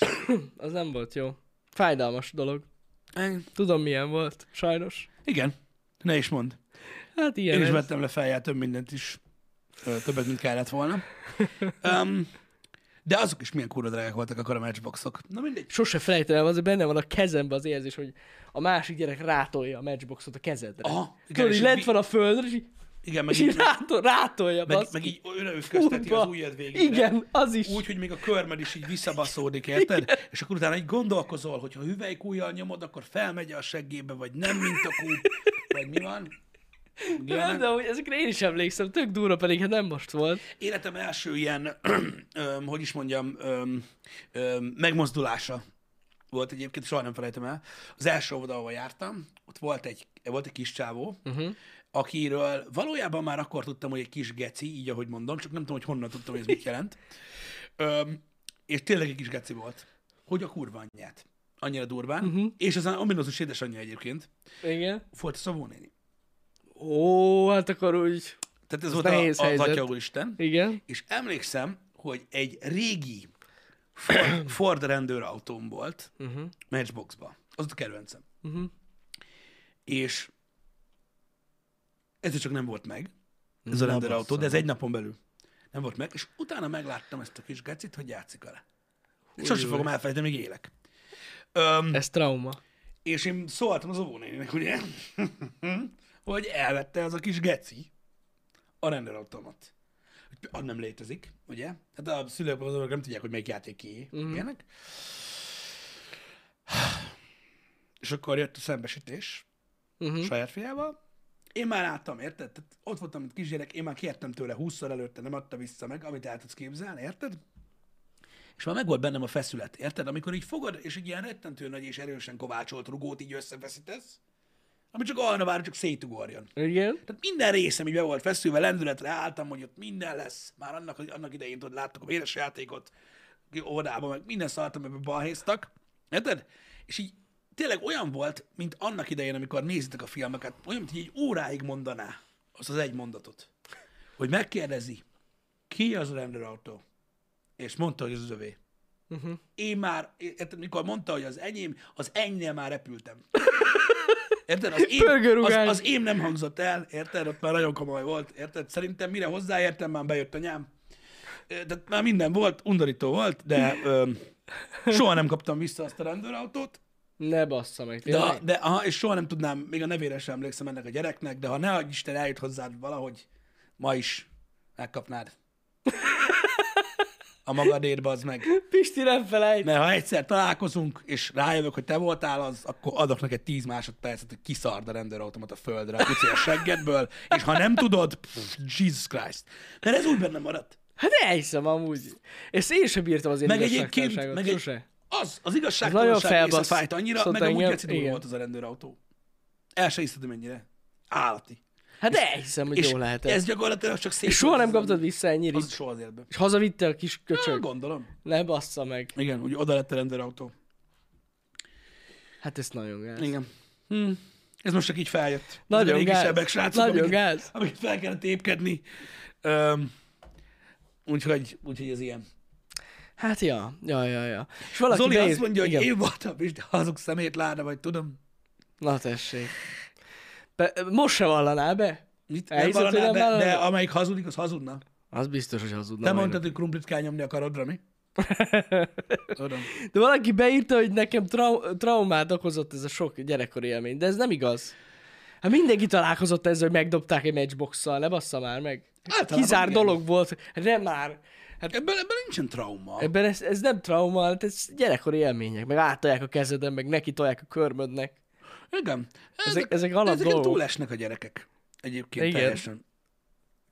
S1: Az nem volt jó. Fájdalmas dolog.
S2: Igen.
S1: Tudom, milyen volt. Sajnos.
S2: Igen. Ne is mond.
S1: Hát ilyen
S2: Én is
S1: ez.
S2: vettem le feljel több mindent is. Ö, Többet, mint kellett volna. Um, de azok is milyen kurva drágák voltak akkor a matchboxok. Na mindegy.
S1: Sose felejtem el, az hogy benne van a kezemben az érzés, hogy a másik gyerek rátolja a matchboxot a kezedre.
S2: Aha, Ah, igen,
S1: Tudod,
S2: és
S1: így
S2: így
S1: lent
S2: mi-
S1: van a földre, és így,
S2: Igen, meg
S1: és így
S2: így,
S1: rátol, rátolja.
S2: meg,
S1: baszki.
S2: meg így önöfközteti az
S1: Kurva.
S2: ujjad végére.
S1: Igen, az is.
S2: Úgy, hogy még a körmed is így visszabaszódik, érted? És akkor utána így gondolkozol, hogy ha hüvelykújjal nyomod, akkor felmegy a seggébe, vagy nem, mint a kúp, vagy mi van.
S1: nem, de hogy ezekre én is emlékszem, tök durva pedig, hát nem most volt.
S2: Életem első ilyen, öm, hogy is mondjam, öm, öm, megmozdulása volt egyébként, soha nem felejtem el. Az első óvoda, ahol jártam, ott volt egy, volt egy kis csávó,
S1: Mhm.
S2: uh-huh. akiről valójában már akkor tudtam, hogy egy kis geci, így ahogy mondom, csak nem tudom, hogy honnan tudtam, hogy ez mit jelent. Öm, és tényleg egy kis geci volt. Hogy a kurva anyját. Annyira durván.
S1: Mhm.
S2: Uh-huh. És az ominózus édesanyja egyébként.
S1: Igen.
S2: Volt a Szabó néni.
S1: Ó, hát akkor úgy.
S2: Tehát ez volt a,
S1: nehéz
S2: a, az
S1: helyzet.
S2: Atya Úristen.
S1: Igen.
S2: És emlékszem, hogy egy régi Ford, Ford rendőrautóm volt uh-huh. Matchboxba. Az ott a kedvencem. Uh-huh. És ez csak nem volt meg, ez a rendőrautó, de ez egy napon belül nem volt meg, és utána megláttam ezt a kis gecit, hogy játszik vele. Sose fogom elfelejteni, még élek. Öm,
S1: Ez trauma.
S2: és én szóltam az óvónéninek, ugye, hogy elvette az a kis geci a rendőrautomat. Hogy Az nem létezik, ugye? Hát a szülők azok nem tudják, hogy melyik játék ki. Mm. Ilyenek. És akkor jött a szembesítés uh-huh. saját fiával. Én már láttam, érted? Tehát ott voltam, mint kisgyerek, én már kértem tőle 20 előtte, nem adta vissza meg, amit el tudsz képzelni, érted? És már megvolt bennem a feszület, érted? Amikor így fogod, és egy ilyen rettentő nagy és erősen kovácsolt rugót így összefeszítesz, ami csak arra vár, hogy csak szétugorjon.
S1: Igen.
S2: Tehát minden részem így be volt feszülve, lendületre álltam, hogy ott minden lesz. Már annak, hogy annak idején tudod, láttuk a véres játékot, ki óvodában, meg minden szart, amiben balhéztak. Érted? És így tényleg olyan volt, mint annak idején, amikor nézitek a filmeket, olyan, mint hogy egy óráig mondaná azt az egy mondatot. Hogy megkérdezi, ki az a rendőrautó? És mondta, hogy az az övé.
S1: Mhm.
S2: Uh-huh. Én már, érted, mikor mondta, hogy az enyém, az enyémnél már repültem. Érted? Az én, az,
S1: Pörgőrugás.
S2: az én nem hangzott el, érted? Ott már nagyon komoly volt, érted? Szerintem mire hozzáértem, már bejött anyám. Ö, De már minden volt, undorító volt, de ö, soha nem kaptam vissza azt a rendőrautót,
S1: Ne bassza meg.
S2: de, ha,
S1: tényleg.
S2: de aha, és soha nem tudnám, még a nevére sem emlékszem ennek a gyereknek, de ha ne adj Isten eljut hozzád valahogy, ma is megkapnád. A magadért bazd meg.
S1: Pisti nem felejt.
S2: Mert ha egyszer találkozunk, és rájövök, hogy te voltál az, akkor adok neked 10 másodpercet, hogy kiszard a rendőrautomat a földre, a kuci a seggedből, és ha nem tudod, pff, Jesus Christ. Mert ez úgy bennem maradt.
S1: Hát elhiszem amúgy. És én sem bírtam az én
S2: Meg egyébként, meg egy,
S1: sose.
S2: az, az igazságtalanság
S1: nagyon
S2: része
S1: felbasz-
S2: fájt annyira,
S1: szólt
S2: meg amúgy
S1: engem,
S2: geci durva
S1: igen.
S2: volt az a rendőrautó. El se hiszed, hogy mennyire. Állati.
S1: Hát elhiszem, hogy
S2: És
S1: jó lehet ez.
S2: ez gyakorlatilag csak szép.
S1: És soha nem kaptad vissza ennyire.
S2: Az soha az életben.
S1: És hazavitte a kis
S2: Csak
S1: köcsög.
S2: gondolom.
S1: Ne bassza meg.
S2: Igen, úgy oda lett a rendőrautó.
S1: Hát ez nagyon gáz.
S2: Igen. Hm. Ez most csak így feljött.
S1: Nagyon
S2: Ezek a
S1: gáz.
S2: régisebbek, srácok,
S1: Nagyon
S2: amiket-
S1: gáz.
S2: Amiket fel kellett épkedni. Öm, úgyhogy, úgyhogy ez ilyen.
S1: Hát ja, ja, ja, ja. És valaki
S2: Zoli
S1: beír-
S2: azt mondja, hogy
S1: Igen.
S2: én voltam is, de azok szemét láda, vagy tudom.
S1: Na tessék. Be, most se vallaná be?
S2: Mit nem
S1: Elhiszed, hogy
S2: vallaná
S1: nem
S2: be, de
S1: vallaná?
S2: amelyik hazudik, az hazudna.
S1: Az biztos, hogy hazudna.
S2: Te
S1: majdnem.
S2: mondtad, hogy krumplit kell nyomni a karodra, mi? Tudom.
S1: De valaki beírta, hogy nekem trau- traumát okozott ez a sok gyerekkori élmény, de ez nem igaz. Hát mindenki találkozott ezzel, hogy megdobták egy matchbox-szal, ne bassza már meg.
S2: Általában
S1: Kizár
S2: Hát, igen.
S1: dolog volt, Hát nem már. Hát
S2: Ebben, ebben nincsen trauma.
S1: ebben ez, ez nem trauma, hát ez gyerekkori élmények, meg átolják a kezeden, meg neki tolják a körmödnek.
S2: Igen.
S1: Ezek- ezek alap
S2: ezeken
S1: dolgok.
S2: túlesnek a gyerekek. Egyébként Igen.
S1: Igen.
S2: teljesen.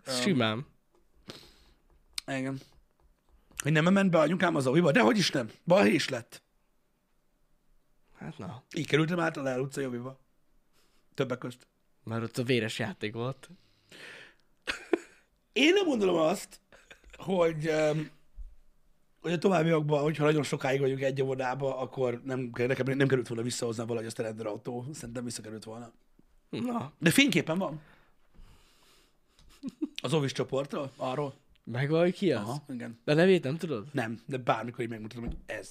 S1: Ez simán.
S2: Igen. Hogy nem ment be anyukám az óviba, de hogy is nem. Balhé is lett.
S1: Hát na,
S2: Így kerültem át a Lál utca jobbba. Többek közt.
S1: mert ott a véres játék volt.
S2: Én nem gondolom azt, hogy, öm, hogy a továbbiakban, hogyha nagyon sokáig vagyunk egy óvodába, akkor nem, nekem nem került volna visszahozni valahogy azt a rendőrautó. Szerintem visszakerült volna.
S1: Na,
S2: De fényképen van. Az óvis csoportról? Arról?
S1: megvan, hogy ki az?
S2: Aha, igen.
S1: De nevét nem tudod?
S2: Nem, de bármikor így megmutatom, hogy ez.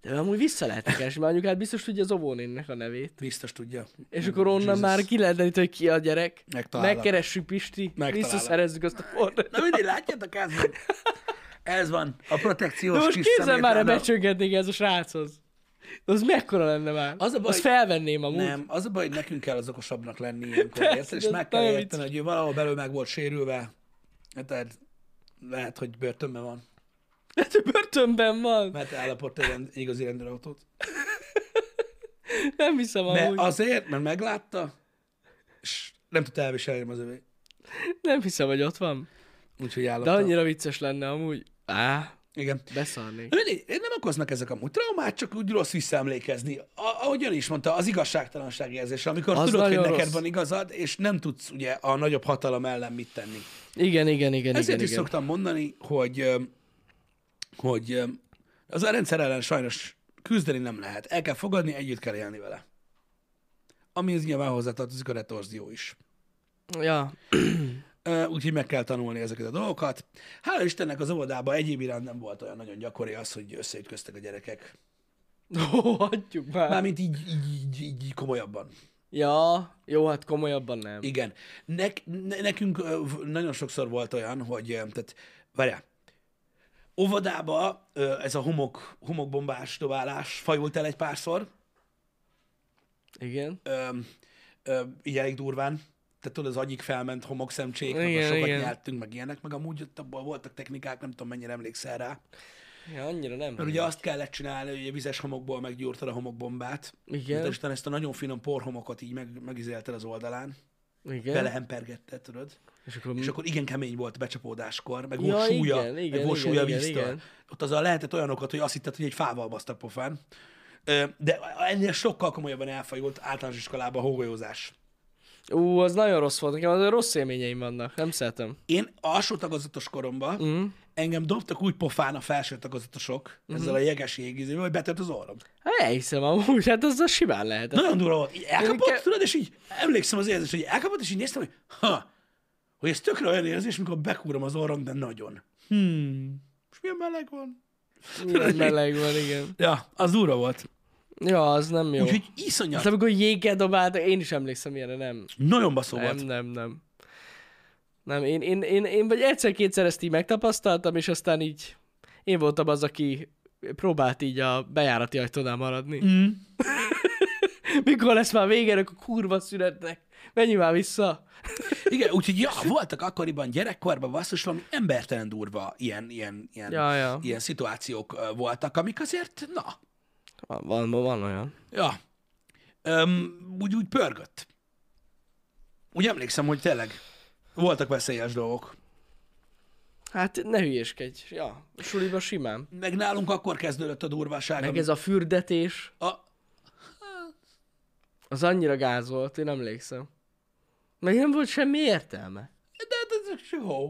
S1: De amúgy vissza lehet keresni, mert anyukát hát biztos tudja az óvónénnek a nevét.
S2: Biztos tudja.
S1: És akkor onnan Jesus. már ki lehet deríteni, hogy ki a gyerek.
S2: Megtalálom.
S1: Megkeressük Pisti,
S2: Megtalálom.
S1: visszaszerezzük azt a fordítót.
S2: Na mindig látjátok, ez van. Ez van. A protekciós
S1: De most
S2: kis
S1: képzel már, ha
S2: szemétláda.
S1: becsöngetnék ez a sráchoz. De az mekkora lenne már?
S2: Az a baj-
S1: Azt felvenném amúgy.
S2: Nem, az a baj, hogy nekünk kell az okosabbnak lenni ilyenkor, érted? És
S1: de
S2: meg kell
S1: nagyon
S2: érteni, hogy ő valahol belül meg volt sérülve. Hát Tehát lehet, hogy börtönben van,
S1: Hát ő börtönben van.
S2: mert ellopott egy rend- igazi rendőrautót.
S1: Nem hiszem
S2: De
S1: amúgy.
S2: azért, mert meglátta, és nem tudta elviselni nem az övé.
S1: Nem hiszem, hogy ott van.
S2: Úgyhogy
S1: De
S2: ellopta.
S1: annyira vicces lenne amúgy. Á,
S2: Igen.
S1: beszarnék.
S2: Na mindegy, Nem okoznak ezek amúgy traumát, csak úgy rossz visszaemlékezni. A, ahogy ön is mondta, az igazságtalanság érzés, amikor
S1: Az
S2: az tudod, hogy
S1: nagyon
S2: neked
S1: rossz.
S2: van igazad, és nem tudsz ugye a nagyobb hatalom ellen mit tenni.
S1: Igen, igen, igen,
S2: Ezért
S1: igen,
S2: is
S1: igen.
S2: szoktam mondani, hogy, ö, hogy ö, az a rendszer ellen sajnos küzdeni nem lehet. El kell fogadni, együtt kell élni vele. Amihez nyilván hozzátartozik a retorzió is.
S1: Ja,
S2: Ö, Úgyhogy meg kell tanulni ezeket a dolgokat. Hála Istennek az óvodában egyéb iránt nem volt olyan nagyon gyakori az, hogy összeütköztek a gyerekek.
S1: Ó, hagyjuk már.
S2: Mármint így, így, így, így, így komolyabban.
S1: Ja, jó, hát komolyabban nem.
S2: Igen. Nek, ne, nekünk ö, v- nagyon sokszor volt olyan, hogy, ö, tehát, várjál, óvodába ö, ez a homok, homokbombás dobálás fajult el egy párszor,
S1: Igen.
S2: ö, ö, így elég durván. Tehát tudod, az agyik felment homokszemcsék, meg a
S1: Igen,
S2: sokat
S1: igen.
S2: nyeltünk, meg ilyenek, meg amúgy ott abból voltak technikák, nem tudom mennyire emlékszel rá.
S1: Ja, annyira nem.
S2: Mert ugye azt kellett csinálni, hogy a vizes homokból meggyúrtad a homokbombát,
S1: Igen.
S2: és utána ezt a nagyon finom porhomokot így meg, megizelted az oldalán,
S1: Igen.
S2: belehempergetted, tudod?
S1: És akkor
S2: És akkor igen kemény volt a becsapódáskor, meg
S1: Hm. Ja,
S2: volt súlya,
S1: igen, igen,
S2: meg volt
S1: igen,
S2: súlya
S1: igen,
S2: víztől.
S1: igen.
S2: Ott azzal lehetett olyanokat, hogy azt hitted, hogy egy fával basztak pofán. Ö, De ennél sokkal komolyabban elfajult általános iskolában a hógolyózás.
S1: Ú, az nagyon rossz volt. Nekem az rossz élményeim vannak. Nem szeretem.
S2: Én alsó tagozatos koromban
S1: Hm.
S2: mm. engem dobtak úgy pofán a felső tagozatosok mm. ezzel a jeges jégizővel, hogy betört az orrom.
S1: Hát elhiszem amúgy, hát az, az simán lehet.
S2: Nagyon durva volt. Így elkapott,
S1: Én ke-
S2: tudod, és így emlékszem az érzés, hogy elkapott, és így néztem, hogy ha, hogy ez tökre olyan érzés, mikor bekúrom az orrom, de nagyon. Hmm. És milyen meleg van.
S1: Milyen meleg van, igen.
S2: Ja, az durva volt.
S1: Ja, az nem jó.
S2: Úgyhogy iszonyat,
S1: Hát amikor jéggel dobáltak, én is emlékszem ilyenre, nem.
S2: nagyon baszó
S1: Nem,
S2: volt.
S1: nem, nem. Nem, én, én, én, én vagy egyszer-kétszer ezt így megtapasztaltam, és aztán így én voltam az, aki próbált így a bejárati ajtónál maradni.
S2: Mm.
S1: Mikor lesz már vége, akkor kurva születnek. Menjünk már vissza.
S2: Igen, úgyhogy ja, voltak akkoriban gyerekkorban basszus valami embertelen durva ilyen, ilyen, ilyen,
S1: Ja, ja.
S2: ilyen szituációk ö, voltak, amik azért, na,
S1: Van, van, van olyan.
S2: ja, Öm, úgy, úgy pörgött. Úgy emlékszem, hogy tényleg voltak veszélyes dolgok.
S1: Hát ne hülyéskedj. Ja, a suliba simán.
S2: Meg nálunk akkor kezdődött a durvaság.
S1: Meg
S2: ami-
S1: ez a fürdetés,
S2: a...
S1: az annyira gáz volt, én emlékszem. Meg nem volt semmi értelme.
S2: De hát ez csak hó.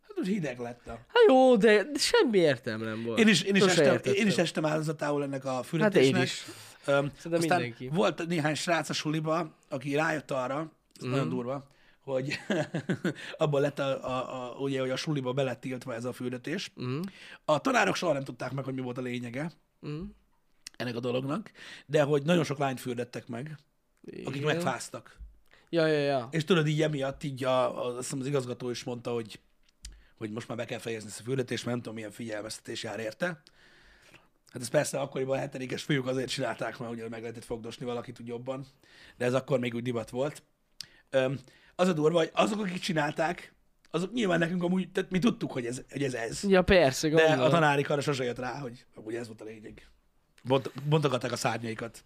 S2: Hát úgy hideg lett. Na.
S1: Hát jó, de de semmi értelme nem volt.
S2: Én is, én is,
S1: Sose
S2: estem,
S1: értettem.
S2: én is estem áldozatául ennek a
S1: Hát
S2: fürdetésnek.
S1: én is.
S2: Öm, aztán
S1: mindenki.
S2: volt néhány srác a suliba, aki rájött arra,
S1: Mhm.
S2: ez mm. nagyon durva, hogy abban lett a, a, a, ugye, hogy a suliba be lett tiltva ez a fürdetés.
S1: Mhm.
S2: Mm. A tanárok soha nem tudták meg, hogy mi volt a lényege
S1: Mm.
S2: ennek a dolognak, de hogy nagyon sok lányt fürdettek meg, akik
S1: Igen.
S2: megfáztak.
S1: Ja, ja, ja.
S2: És tudod, így emiatt így a, a, azt hiszem az igazgató is mondta, hogy, hogy most már be kell fejezni ezt a fürdetést, mert nem tudom, milyen figyelmeztetés jár érte. Hát ez persze akkoriban a hetedikes fiúk azért csinálták, mert ugye meg lehetett fogdosni valakit úgy jobban, de ez akkor még úgy divat volt. Öm, az a durva, hogy azok, akik csinálták, azok nyilván nekünk amúgy, tehát mi tudtuk, hogy ez, hogy ez, ez.
S1: Ja, persze,
S2: De
S1: gondolom.
S2: a tanárik arra sose jött rá, hogy amúgy ez volt a lényeg. Bont, bontogatták a szárnyaikat.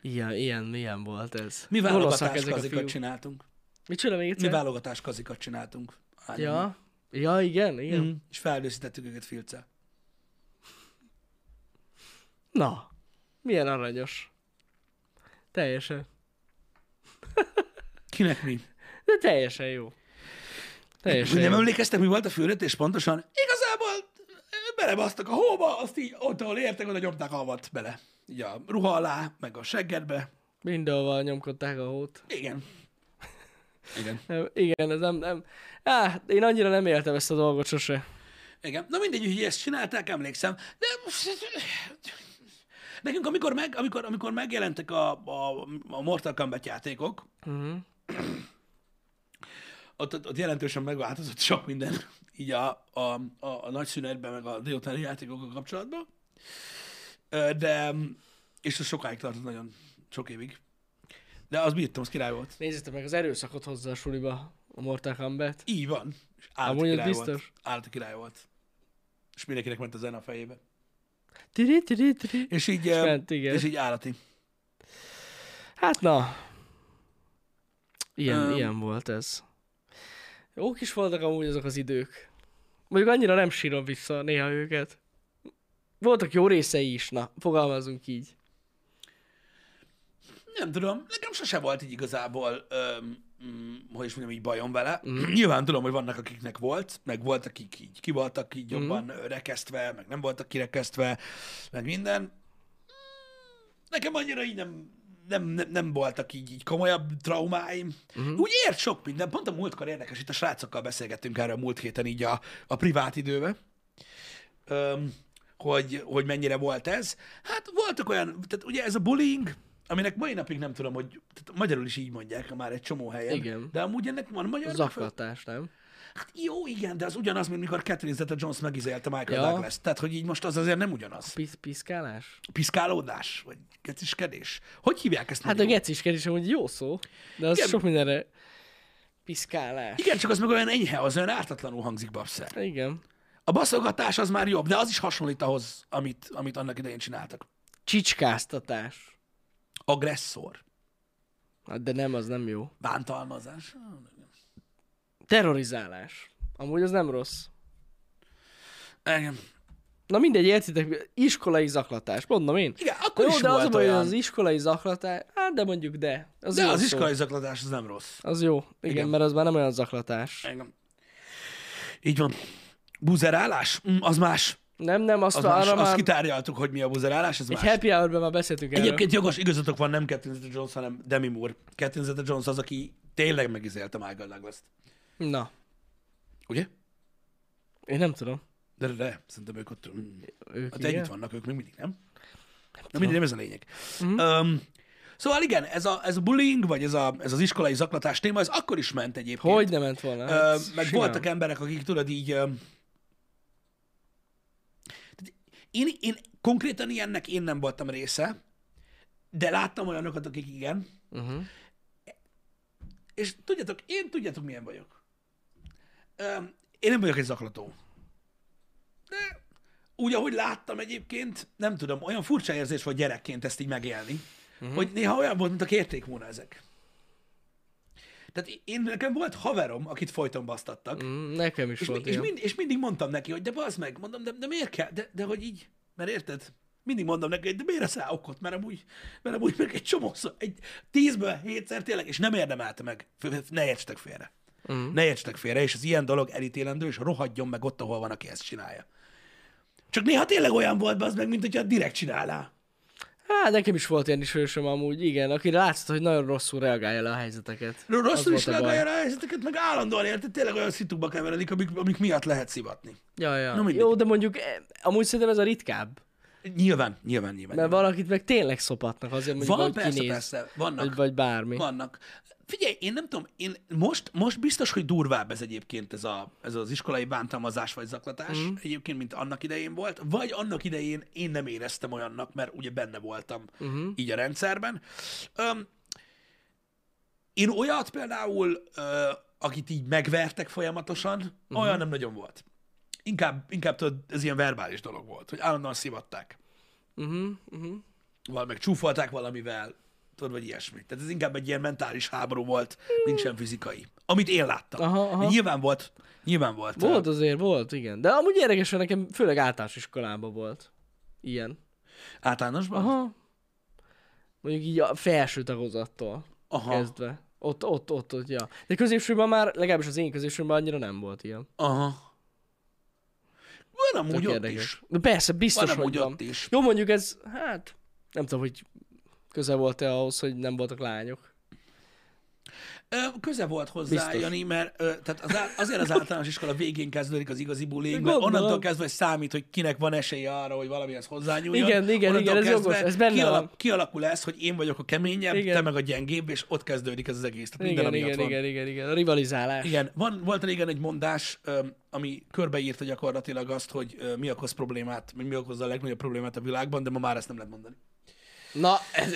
S1: Ilyen, ilyen, ilyen volt ez.
S2: Mi
S1: Gonoszak
S2: válogatás
S1: ezek a
S2: kazikat
S1: fiúk.
S2: csináltunk.
S1: Micsoda még
S2: Mi
S1: egyszer?
S2: válogatás kazikat csináltunk. Hány
S1: Ja, Ja, igen, igen. Mm.
S2: Mm. És feldőszítettük őket filccel.
S1: Na, milyen aranyos. Teljesen.
S2: Kinek mi?
S1: De teljesen jó. Teljesen
S2: Nem
S1: jó.
S2: emlékeztek, mi volt a főnötés pontosan? Igazából ö, belebasztak a hóba, azt így ott, ahol értek, oda nyomták alvat bele. Így a ruha alá, meg a seggedbe.
S1: Mindenhova nyomkodták a hót.
S2: Igen. Igen.
S1: Nem, igen, ez nem, nem. Á, én annyira nem éltem ezt a dolgot sose.
S2: Igen. Na mindegy, hogy ezt csinálták, emlékszem. De eh, nekünk, amikor, meg, amikor, amikor megjelentek a, a, a Mortal Kombat játékok,
S1: Uh-huh.
S2: ott, ott, ott jelentősen megváltozott sok minden, így a, a, a, a nagy szünetben, meg a délutáni játékokkal kapcsolatban. Ö, De, és ez sokáig tartott nagyon, sok évig. De az bírtam, az király volt.
S1: Nézzétek meg az erőszakot hozzá a suliba, a Mortal Kombat.
S2: Így van. És állati
S1: Amúgy az
S2: király
S1: biztos.
S2: volt. Állati király volt. És mindenkinek ment a zene a fejébe.
S1: Tiri, tiri, tiri.
S2: És így, és,
S1: ment, igen.
S2: és így állati.
S1: Hát na. Ilyen,
S2: Öm.
S1: ilyen volt ez. Jók is voltak amúgy azok az idők. Mondjuk annyira nem sírom vissza néha őket. Voltak jó részei is, na, fogalmazunk így.
S2: Nem tudom, nekem sose volt így igazából, öm, mm, hogy is mondjam, így bajom vele. Mm. Nyilván tudom, hogy vannak, akiknek volt, meg volt, akik így ki voltak így jobban mm. rekesztve, meg nem voltak kirekesztve, meg minden. Mm, Nekem annyira így nem, nem, nem, nem voltak így, így komolyabb traumáim. Mm.
S1: Mhm.
S2: Úgy ért sok minden. Pont a múltkor érdekes, itt a srácokkal beszélgettünk erre a múlt héten így a, a privát időben öm, hogy, hogy mennyire volt ez. Hát voltak olyan, tehát ugye ez a bullying, aminek mai napig nem tudom, hogy tehát magyarul is így mondják már egy csomó helyen.
S1: Igen.
S2: De amúgy ennek van magyar megfelelő-
S1: Zaklatás, nem?
S2: Hát jó, igen, de az ugyanaz, mint mikor Catherine Zeta Jones megizélte
S1: Ja.
S2: Michael ja. Douglas. Tehát, hogy így most az azért nem ugyanaz.
S1: Pisz, piszkálás?
S2: Piszkálódás, vagy keciskedés. Hogy hívják ezt?
S1: Hát a
S2: magyarul?
S1: gecisken is amúgy jó szó, de az
S2: Igen.
S1: sok mindenre piszkálás.
S2: igen, csak az meg olyan enyhe, az olyan ártatlanul hangzik babszer.
S1: Igen.
S2: A baszogatás az már jobb, de az is hasonlít ahhoz, amit, amit annak idején csináltak.
S1: Csicskáztatás.
S2: Agresszor,
S1: Hát de nem, az nem jó.
S2: bántalmazás.
S1: Terrorizálás. Amúgy az nem rossz.
S2: Igen.
S1: Na mindegy, értitek, iskolai zaklatás, mondom én.
S2: Igen, akkor
S1: Jó,
S2: is
S1: de az a
S2: volt
S1: baj, hogy
S2: olyan.
S1: az iskolai zaklatás, hát de mondjuk de. Az
S2: De
S1: jó
S2: az
S1: szó.
S2: iskolai zaklatás az nem rossz.
S1: Az jó, igen, igen,
S2: Igen.
S1: mert az már nem olyan zaklatás.
S2: Engem. Így van. Buzerálás? Mm, az más.
S1: Nem, nem, azt
S2: Az
S1: az
S2: más.
S1: Szóval arra
S2: Azt
S1: már...
S2: kitárgyaltuk, hogy mi a buzerálás, az
S1: Egy
S2: más.
S1: happy hour-ben már beszéltünk erről.
S2: Egyébként jogos igazatok van, nem Catherine Zeta-Jones, hanem Demi Moore. Catherine Zeta-Jones az, aki tényleg megizélte Michael Douglas-t.
S1: Na,
S2: Ugye?
S1: én nem tudom.
S2: De, de, de. Szerintem ők ott... mm,
S1: Ők
S2: Hát
S1: igen?
S2: együtt vannak ők még mindig, nem? Na mindig, nem ez a lényeg. Mm. szóval igen, ez a, ez a bullying, vagy ez, a, ez az iskolai zaklatás téma, ez akkor is ment egyébként.
S1: Hogy nem ment volna?
S2: Ö,
S1: Hát,
S2: meg
S1: simán.
S2: voltak e- emberek, akik tudod így... Ö, tehát én, én konkrétan ilyennek én nem voltam része, de láttam olyanokat, akik igen.
S1: Uh-huh.
S2: És tudjátok, én tudjátok, milyen vagyok. Ö, én nem vagyok egy zaklató. De úgy, ahogy láttam egyébként, nem tudom, olyan furcsa érzés volt gyerekként ezt így megélni, uh-huh. hogy néha olyan volt, mint a kérték volna ezek. Tehát én, nekem volt haverom, akit folyton basztattak,
S1: Mm, Nekem is
S2: és, mi,
S1: volt
S2: és,
S1: ilyen.
S2: mind, és mindig mondtam neki, hogy de bazd meg, mondom, de, de miért kell, de, de hogy így, mert érted? Mindig mondom neki, hogy de miért rá okot, mert amúgy, mert amúgy meg egy csomószor, egy tízből hétszer tényleg, és nem érdemelte meg. F- f- Ne értsetek félre. Mm. Ne értsetek félre, és az ilyen dolog elítélendő, és rohadjon meg ott, ahol van, aki ezt csinálja. Csak néha tényleg olyan volt, az meg, mint hogyha direkt csinálná.
S1: Hát nekem is volt ilyen ismerősöm amúgy, igen, aki látszott, hogy nagyon rosszul reagálja le a helyzeteket. Az
S2: Rosszul
S1: volt
S2: is
S1: a baj.
S2: reagálja rá a helyzeteket, meg állandóan érted, tényleg olyan szitukba keveredik, amik, amik miatt lehet szivatni.
S1: Ja,
S2: Na,
S1: ja.
S2: mindegy.
S1: Jó, de mondjuk, eh, amúgy szerintem ez a ritkább.
S2: Nyilván, nyilván, nyilván.
S1: Mert valakit meg tényleg szopatnak azért, mondjuk,
S2: Van,
S1: hogy
S2: persze,
S1: kinéz,
S2: persze, vannak.
S1: Vagy, vagy bármi.
S2: Vannak. Figyelj, én nem tudom, én most, most biztos, hogy durvább ez egyébként ez, a, ez az iskolai bántalmazás vagy zaklatás, mm. egyébként, mint annak idején volt, vagy annak idején én nem éreztem olyannak, mert ugye benne voltam mm-hmm. így a rendszerben. Öm, én olyat például, ö, akit így megvertek folyamatosan, mm-hmm. olyan nem nagyon volt. Inkább, inkább tudod, ez ilyen verbális dolog volt, hogy állandóan szivatták
S1: Uh-huh, uh-huh.
S2: val meg csúfolták valamivel, tudod, vagy ilyesmi. Tehát ez inkább egy ilyen mentális háború volt, nincsen fizikai. amit én láttam.
S1: Aha, aha.
S2: Nyilván volt, nyilván volt.
S1: Volt azért, volt, igen. De amúgy érdekes, hogy nekem főleg általános iskolában volt ilyen.
S2: ö, Általánosban?
S1: Aha. Mondjuk így a felső tagozattól
S2: Aha.
S1: kezdve. Ott, ott, ott, ott, ja. De középsőben már, legalábbis az én középsőben annyira nem volt ilyen.
S2: Aha. Van amúgy
S1: Tök
S2: ott
S1: érdekes.
S2: is.
S1: De persze,
S2: Van
S1: biztos, hogy
S2: amúgy
S1: van.
S2: ott is.
S1: Jó, mondjuk ez, hát, nem tudom, hogy köze volt-e ahhoz, hogy nem voltak lányok.
S2: Ö, Köze volt hozzá,
S1: Biztos.
S2: Biztos. Jani, mert ö, tehát az, á- azért az általános iskola végén kezdődik az igazi buling, mert
S1: Gondolom.
S2: onnantól kezdve hogy számít, hogy kinek van esélye arra, hogy valamihez hozzányúljon.
S1: Igen, igen,
S2: Onnantól
S1: igen, ez
S2: kezdve
S1: jogos, ez benne van.
S2: kialak, Kialakul ez, hogy én vagyok a keményebb,
S1: Igen.
S2: igen. te meg a gyengébb, és ott kezdődik ez az egész. Tehát minden,
S1: Igen,
S2: ami
S1: igen,
S2: van.
S1: igen, igen, igen, a rivalizálás.
S2: Igen, van, volt régen egy mondás, öm, ami körbeírta gyakorlatilag azt, hogy ö, mi okoz problémát, vagy mi okozza a legnagyobb problémát a világban, de ma már ezt nem lehet mondani.
S1: Na, ez,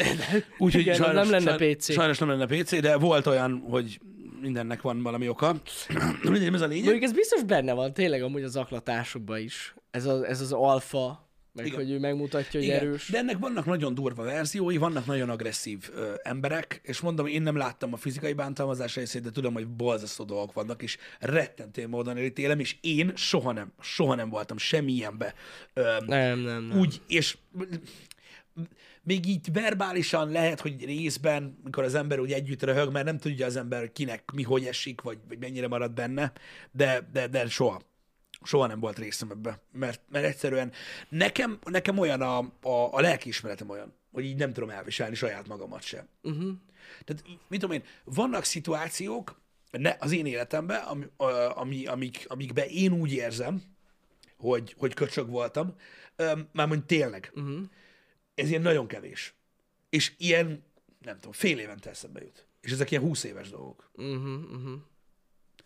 S2: Úgyhogy
S1: igen,
S2: sajnos,
S1: nem lenne
S2: sajnos,
S1: PC.
S2: Sajnos nem lenne PC, de volt olyan, hogy mindennek van valami oka. Mindegy, nem ez a lényeg.
S1: Mondjuk ez biztos benne van tényleg amúgy az aklatásokban is. Ez, a, ez az alfa, meg
S2: Igen.
S1: hogy ő megmutatja, hogy
S2: Igen,
S1: erős.
S2: De ennek vannak nagyon durva verziói, vannak nagyon agresszív ö, emberek, és mondom, én nem láttam a fizikai bántalmazás részét, de tudom, hogy bolzasztó dolgok vannak, és rettentő módon elítélem, és én soha nem, soha nem voltam semmilyenbe. Ö,
S1: Nem, nem, nem.
S2: úgy, és még így verbálisan lehet, hogy részben, mikor az ember úgy együtt röhög, mert nem tudja az ember, kinek mi hogy esik, vagy, vagy mennyire marad benne, de, de, de soha. Soha nem volt részem ebbe, mert, mert egyszerűen nekem, nekem olyan a, a, a lelkiismeretem olyan, hogy így nem tudom elviselni saját magamat sem. Uh-huh. Tehát, mit tudom én, vannak szituációk ne, az én életemben, ami, ö, ami, amik, amikben én úgy érzem, hogy, hogy köcsög voltam, öm, mármint tényleg.
S1: Mhm.
S2: Uh-huh. Ez ilyen nagyon kevés. És ilyen, nem tudom, fél évente eszembe jut. És ezek ilyen 20 éves dolgok. Uh-huh,
S1: Mhm,
S2: uh-huh.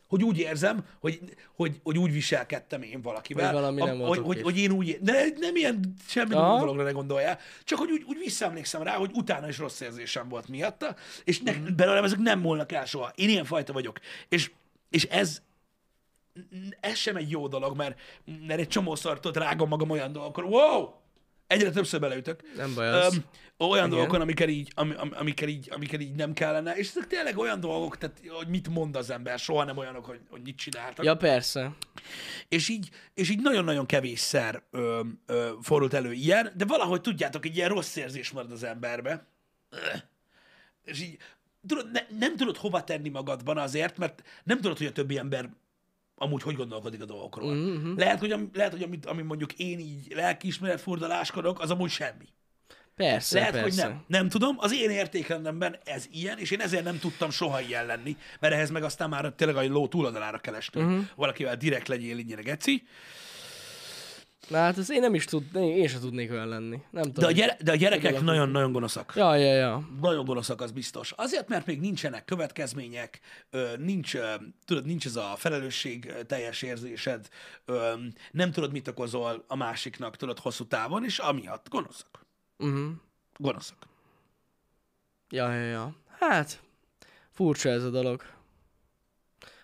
S2: Hogy úgy érzem, hogy, hogy, hogy úgy viselkedtem én valakivel.
S1: Hogy valami nem volt
S2: hogy,
S1: oké.
S2: hogy, hogy én úgy, de nem ilyen semmi
S1: Aha.
S2: Aha. dologra ne gondoljál, csak hogy úgy, úgy visszaemlékszem rá, hogy utána is rossz érzésem volt miatta, és ne,
S1: Mhm.
S2: belőlem ezek nem múlnak el soha. Én ilyen fajta vagyok. És, és ez, ez sem egy jó dolog, mert, mert egy csomószor tudod, rágom magam olyan dolgokon, wow! Egyre többször beleütök.
S1: Nem baj az.
S2: Öm, olyan Igen. dolgokon, amikkel így, am, am, amikkel, így, amikkel így nem kellene, és ezek tényleg olyan dolgok, tehát, hogy mit mond az ember, soha nem olyanok, hogy, hogy mit csináltak.
S1: Ja, persze.
S2: És így, és így nagyon-nagyon kevésszer ö, ö, fordult elő ilyen, de valahogy tudjátok, egy ilyen rossz érzés marad az emberbe. Öh. És így tudod, ne, nem tudod hova tenni magadban azért, mert nem tudod, hogy a többi ember amúgy hogy gondolkodik a dolgokról. Mm-hmm. Lehet, hogy, am- lehet, hogy amit, amit mondjuk én így lelkiismeret furdaláskodok, az amúgy semmi.
S1: Persze,
S2: Lehet,
S1: persze.
S2: hogy nem. Nem tudom. Az én értékrendemben ez ilyen, és én ezért nem tudtam soha ilyen lenni, mert ehhez meg aztán már tényleg a ló túloldalára kell esni, uh-huh. valakivel direkt legyél ingyen geci.
S1: Na hát ez én nem is tud, én, én sem tudnék olyan lenni. Nem tudom.
S2: De a, gyere, de a gyerekek nagyon-nagyon gonoszak.
S1: Ja, ja, ja.
S2: Nagyon gonoszak, az biztos. Azért, mert még nincsenek következmények, ö, nincs, ö, tudod, nincs ez a felelősség ö, teljes érzésed, ö, nem tudod, mit okozol a másiknak, tudod, hosszú távon, és amiatt gonoszak.
S1: Uh-huh.
S2: Gonoszak.
S1: Ja, ja, ja. Hát, furcsa ez a dolog.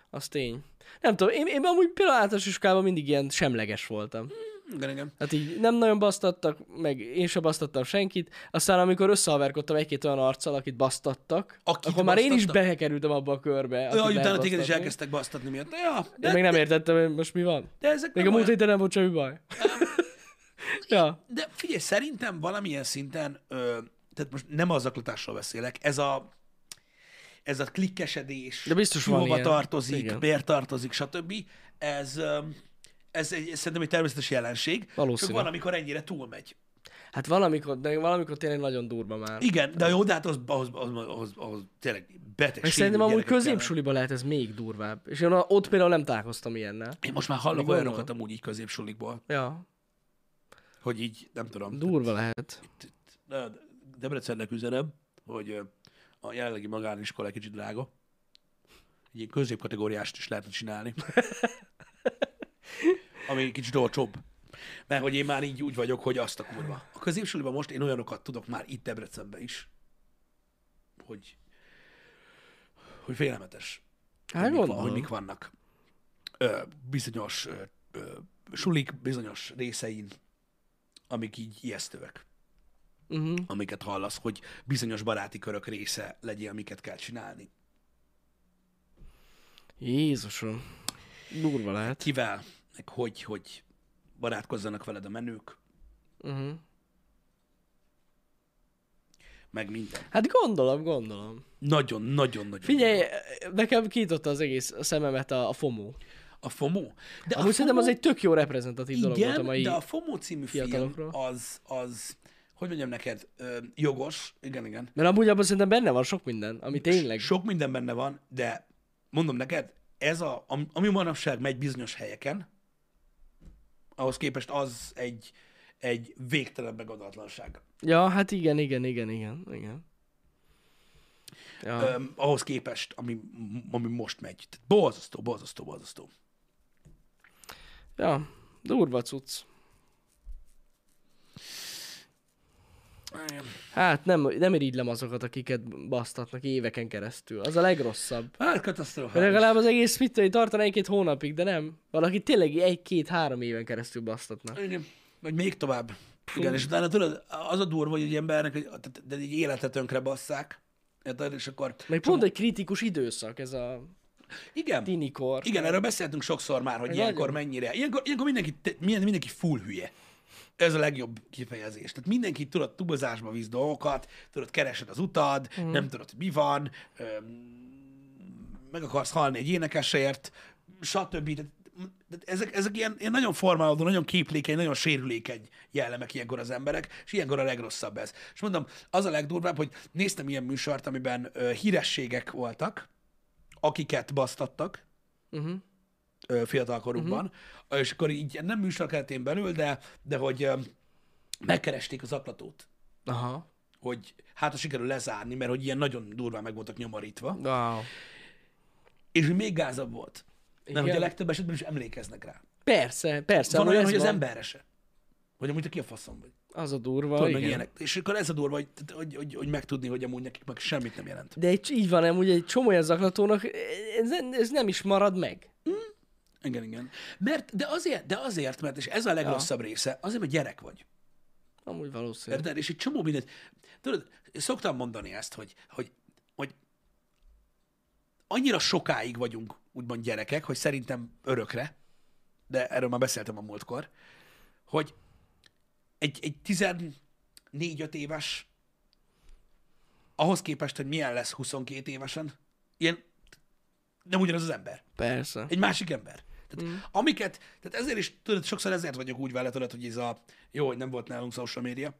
S1: Az tény. Nem tudom, én, én amúgy például általános iskolában mindig ilyen semleges voltam.
S2: Igen, igen.
S1: Hát így nem nagyon basztattak, meg én sem basztattam senkit. Aztán amikor összehaverkodtam egy-két olyan arccal, akit basztattak,
S2: Akit
S1: akkor már én is
S2: basztattak?
S1: belekerültem abba a körbe. akit
S2: Ja,
S1: lehet
S2: utána téged is
S1: basztatni.
S2: elkezdtek basztatni miatt. Ja,
S1: Én
S2: de,
S1: meg nem értettem, hogy most mi van.
S2: de ezek
S1: Még a
S2: nem
S1: múlt
S2: olyan-
S1: héten nem volt semmi baj. ja.
S2: De figyelj, szerintem valamilyen szinten, ö, tehát most nem az zaklatásról beszélek, ez a ez a klikkesedés,
S1: De biztos
S2: ki
S1: van
S2: hova
S1: ilyen.
S2: tartozik,
S1: Igen.
S2: Igen. miért tartozik, stb. Ez, ö, ez egy, szerintem egy természetes jelenség.
S1: Valószínű.
S2: Csak van, amikor ennyire túlmegy.
S1: Hát valamikor, de valamikor tényleg nagyon durva már.
S2: Igen, de jó, de hát az, ahhoz, ahhoz, ahhoz, ahhoz tényleg beteg.
S1: Meg
S2: sérült
S1: szerintem amúgy
S2: gyerekek kellene.
S1: középsuliba lehet ez még durvább. És én ott például nem találkoztam ilyennel.
S2: Én most már hallok
S1: Még olyan
S2: olyanokat amúgy így középsulikból,
S1: Ja,
S2: hogy így, nem tudom.
S1: durva lehet.
S2: Na, Debrecennek üzenem, hogy ö, a jelenlegi magániskola egy kicsit drága. Egy ilyen középkategóriást is lehetne csinálni. Ami kicsit olcsóbb. Mert hogy én már így úgy vagyok, hogy azt a kurva. A középsuliban most én olyanokat tudok már itt Debrecenben is, hogy, hogy félelmetes.
S1: Hát
S2: hogy, mik, van-
S1: gondolom.
S2: hogy mik vannak. Ö, bizonyos ö, ö, sulik bizonyos részein, amik így ijesztőek
S1: Uh-huh.
S2: amiket hallasz, hogy bizonyos baráti körök része legyél, amiket kell csinálni.
S1: Jézusom. Durva lehet.
S2: Kivel, meg hogy, hogy barátkozzanak veled a menők,
S1: Uh-huh.
S2: meg minden.
S1: Hát gondolom, gondolom.
S2: Nagyon, nagyon, nagyon.
S1: Figyelj, nekem kinyitotta az egész szememet a, a FOMO.
S2: A FOMO. De
S1: De Amúgy szerintem az egy tök jó reprezentatív dolog volt a
S2: Igen,
S1: mai...
S2: de a FOMO című film
S1: fiatalokról.
S2: az, az, hogy mondjam neked, ö, jogos, igen, igen.
S1: Mert amúgy abban szerintem benne van sok minden, ami tényleg...
S2: Sok minden benne van, de mondom neked, ez a, am- ami manapság megy bizonyos helyeken, ahhoz képest az egy, egy végtelen megadatlanság.
S1: Ja, hát igen, igen, igen, igen, igen. Ja.
S2: Öm, ahhoz képest, ami, ami most megy. Tehát borzasztó, borzasztó, borzasztó.
S1: ja, durva cucc. Hát nem, nem irigylem azokat, akiket basztatnak éveken keresztül. Az a legrosszabb.
S2: Hát katasztrófális.
S1: Legalább az egész mit tudom, tartaná egy-két hónapig, de nem. Valaki tényleg egy-két-három éven keresztül basztatnak.
S2: Igen. Vagy még tovább. Igen, és utána tudod, az a durva, hogy egy embernek, hogy- tehát- de egy életet tönkre basszák, érted? és akkor...
S1: Meg pont egy kritikus időszak ez a
S2: Igen,
S1: tinikor.
S2: igen, erről beszéltünk sokszor már, hogy
S1: Ez
S2: ilyenkor
S1: nagyon-
S2: mennyire. Ilyenkor, ilyenkor mindenki, te- milyen- mindenki full hülye. Ez a legjobb kifejezés. Tehát mindenki tudod, tubozásba víz dolgokat, tudod, keresed az utad, mm. nem tudod, hogy mi van, öm, meg akarsz halni egy énekesért, stb. Tehát, tehát ezek, ezek ilyen, ilyen nagyon formálódó, nagyon képlékeny, nagyon sérülékeny jellemek ilyenkor az emberek, és ilyenkor a legrosszabb ez. És mondom, az a legdurvább, hogy néztem ilyen műsort, amiben ö, hírességek voltak, akiket basztattak,
S1: Uh-huh.
S2: ö, fiatalkorukban, uh-huh. és akkor így nem műsor keretén belül, de, de hogy ö, megkeresték az aklatót,
S1: Aha.
S2: hogy hát ha sikerül lezárni, mert hogy ilyen nagyon durván meg voltak nyomorítva,
S1: Wow.
S2: és hogy még gázabb volt. Nem,
S1: Igen.
S2: hogy a legtöbb esetben is emlékeznek rá.
S1: Persze, persze.
S2: Szóval
S1: amúgy
S2: olyan,
S1: ez
S2: hogy az
S1: van.
S2: emberre se. Hogy amúgy te ki a faszom vagy.
S1: Az a durva,
S2: Tudod,
S1: igen.
S2: hogy ilyenek. És akkor ez a durva, hogy, tehát, hogy, hogy, hogy megtudni, hogy amúgy nekik meg semmit nem jelent.
S1: De egy, így van, amúgy egy csomó olyan zaklatónak, ez, ez nem is marad meg.
S2: Igen, igen. Mert, de azért, de azért, mert, és ez a legrosszabb ja. része, azért, mert gyerek vagy.
S1: Amúgy valószínű.
S2: Érted? És egy csomó mindent. Tudod, szoktam mondani ezt, hogy, hogy, hogy annyira sokáig vagyunk úgymond gyerekek, hogy szerintem örökre, de erről már beszéltem a múltkor, hogy egy, egy 14-5 éves ahhoz képest, hogy milyen lesz 22 évesen, ilyen nem ugyanaz az ember
S1: Persze.
S2: egy másik ember. Tehát, mm. amiket, tehát ezért is, tudod, sokszor ezért vagyok úgy vele, tudod, hogy ez a, jó, hogy nem volt nálunk social media.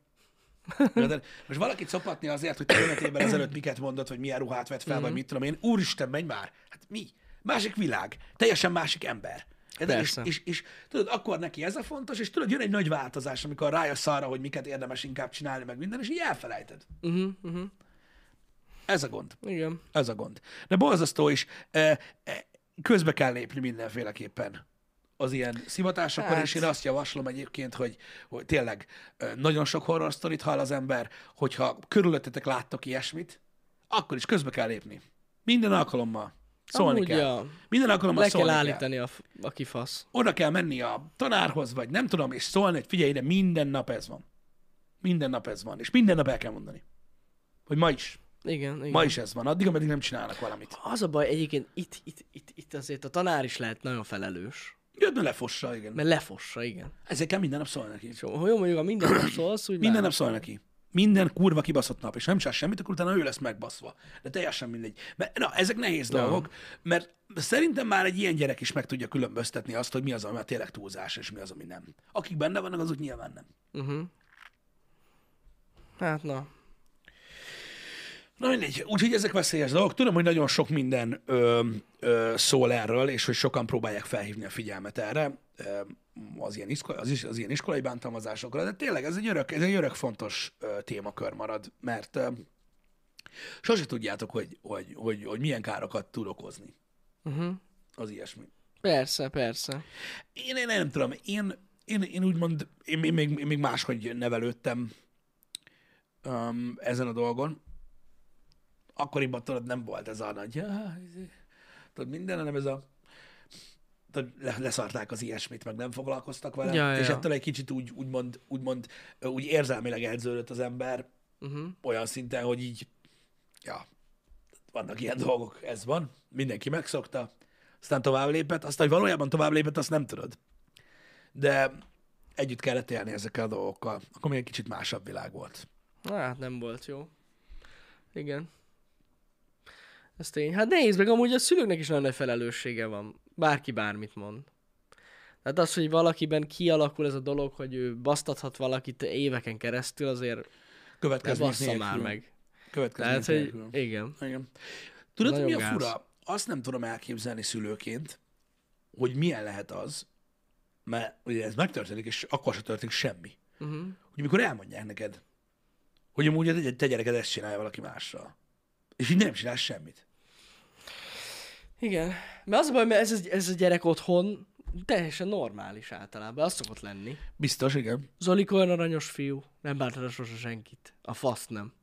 S2: Érted? Most valakit szopatni azért, hogy te 15 évvel ezelőtt miket mondott, hogy milyen ruhát vett fel, mm. vagy mit tudom én, úristen, menj már! Hát mi? Másik világ, teljesen másik ember. Érted? És,
S1: Persze.
S2: és, és tudod, akkor neki ez a fontos, és tudod, jön egy nagy változás, amikor rájössz arra, hogy miket érdemes inkább csinálni, meg minden, és így elfelejted.
S1: Uh-huh, uh-huh.
S2: Ez a gond.
S1: Igen.
S2: Ez a gond. De borzasztó is. E, e, Közbe kell lépni mindenféleképpen az ilyen szivatásokkal, hát...
S1: Hát.
S2: és én azt javaslom egyébként, hogy, hogy tényleg ö, nagyon sok horror sztorit hall az ember, hogyha körülöttetek láttok ilyesmit, akkor is közbe kell lépni. Minden alkalommal. Szólni
S1: Amúgy,
S2: kell.
S1: ja.
S2: Minden alkalommal
S1: Le kell
S2: szólni
S1: állítani a, f- a kifasz.
S2: Oda kell menni a tanárhoz, vagy nem tudom, és szólni, hogy figyelj ide, minden nap ez van. Minden nap ez van. És minden nap el kell mondani. Hogy ma is.
S1: Igen, igen.
S2: Ma is ez van. Addig, ameddig nem csinálnak valamit.
S1: Az a baj egyébként, itt, itt, itt, itt azért a tanár is lehet nagyon felelős.
S2: Jött lefossa, igen.
S1: Mert lefossa, igen.
S2: Ezért kell minden nap szól neki.
S1: És ha jó mondjuk, a minden nap szólsz, úgy
S2: Minden
S1: már-
S2: nap szól neki. Minden kurva kibaszott nap, és ha nem csinál semmit, akkor utána ő lesz megbaszva. De teljesen mindegy. Mert, na, ezek nehéz dolgok, mert szerintem már egy ilyen gyerek is meg tudja különböztetni azt, hogy mi az, ami a tényleg túlzás, és mi az, ami nem. Akik benne vannak, azok nyilván nem.
S1: Mhm. Hát na.
S2: Na mindegy, úgyhogy ezek veszélyes dolgok. Tudom, hogy nagyon sok minden ö, ö, szól erről, és hogy sokan próbálják felhívni a figyelmet erre, ö, az ilyen, iskola, az, is, az ilyen iskolai bántalmazásokra, de tényleg ez egy örök, ez egy örök fontos ö, témakör marad, mert ö, sose tudjátok, hogy, hogy, hogy, hogy milyen károkat tud okozni
S1: Uh-huh.
S2: az ilyesmi.
S1: Persze, persze.
S2: Én, én nem tudom, én, én, én úgymond, én, én, még, én még máshogy nevelődtem um, ezen a dolgon. Akkoriban tudod, nem volt ez a nagy, "Ah, izé", tudod, minden, hanem ez a tudod, le- leszarták az ilyesmit, meg nem foglalkoztak vele,
S1: Ja,
S2: és
S1: ja.
S2: ettől egy kicsit úgy, úgymond, úgymond, ö, úgy érzelmileg elződött az ember
S1: Uh-huh.
S2: olyan szinten, hogy így, ja, vannak ilyen dolgok, ez van, mindenki megszokta, aztán tovább lépett, aztán, hogy valójában tovább lépett, azt nem tudod. De együtt kellett élni ezekkel a dolgokkal. Akkor még egy kicsit másabb világ volt.
S1: Na, hát nem volt jó. Igen. Ez tény. Hát nehéz, meg amúgy a szülőknek is nagyon nagy felelőssége van. Bárki bármit mond. Tehát az, hogy valakiben kialakul ez a dolog, hogy ő basztathat valakit éveken keresztül, azért ne
S2: Következmény
S1: bassza már meg.
S2: Következmény
S1: Tehát, hogy igen.
S2: Igen. Tudod, hogy mi a
S1: Nagyon gáz.
S2: fura? Azt nem tudom elképzelni szülőként, hogy milyen lehet az, mert ugye ez megtörténik, és akkor se történik semmi.
S1: Uh-huh.
S2: Hogy amikor elmondják neked, hogy amúgy a te- te gyereked ezt csinálja valaki mással, és így nem csinál semmit.
S1: Igen. Mert az a baj, mert ez, a- ez a gyerek otthon teljesen normális általában, az szokott lenni.
S2: Biztos, igen.
S1: Zolik olyan aranyos fiú, nem bántaná sose senkit. A fasz nem.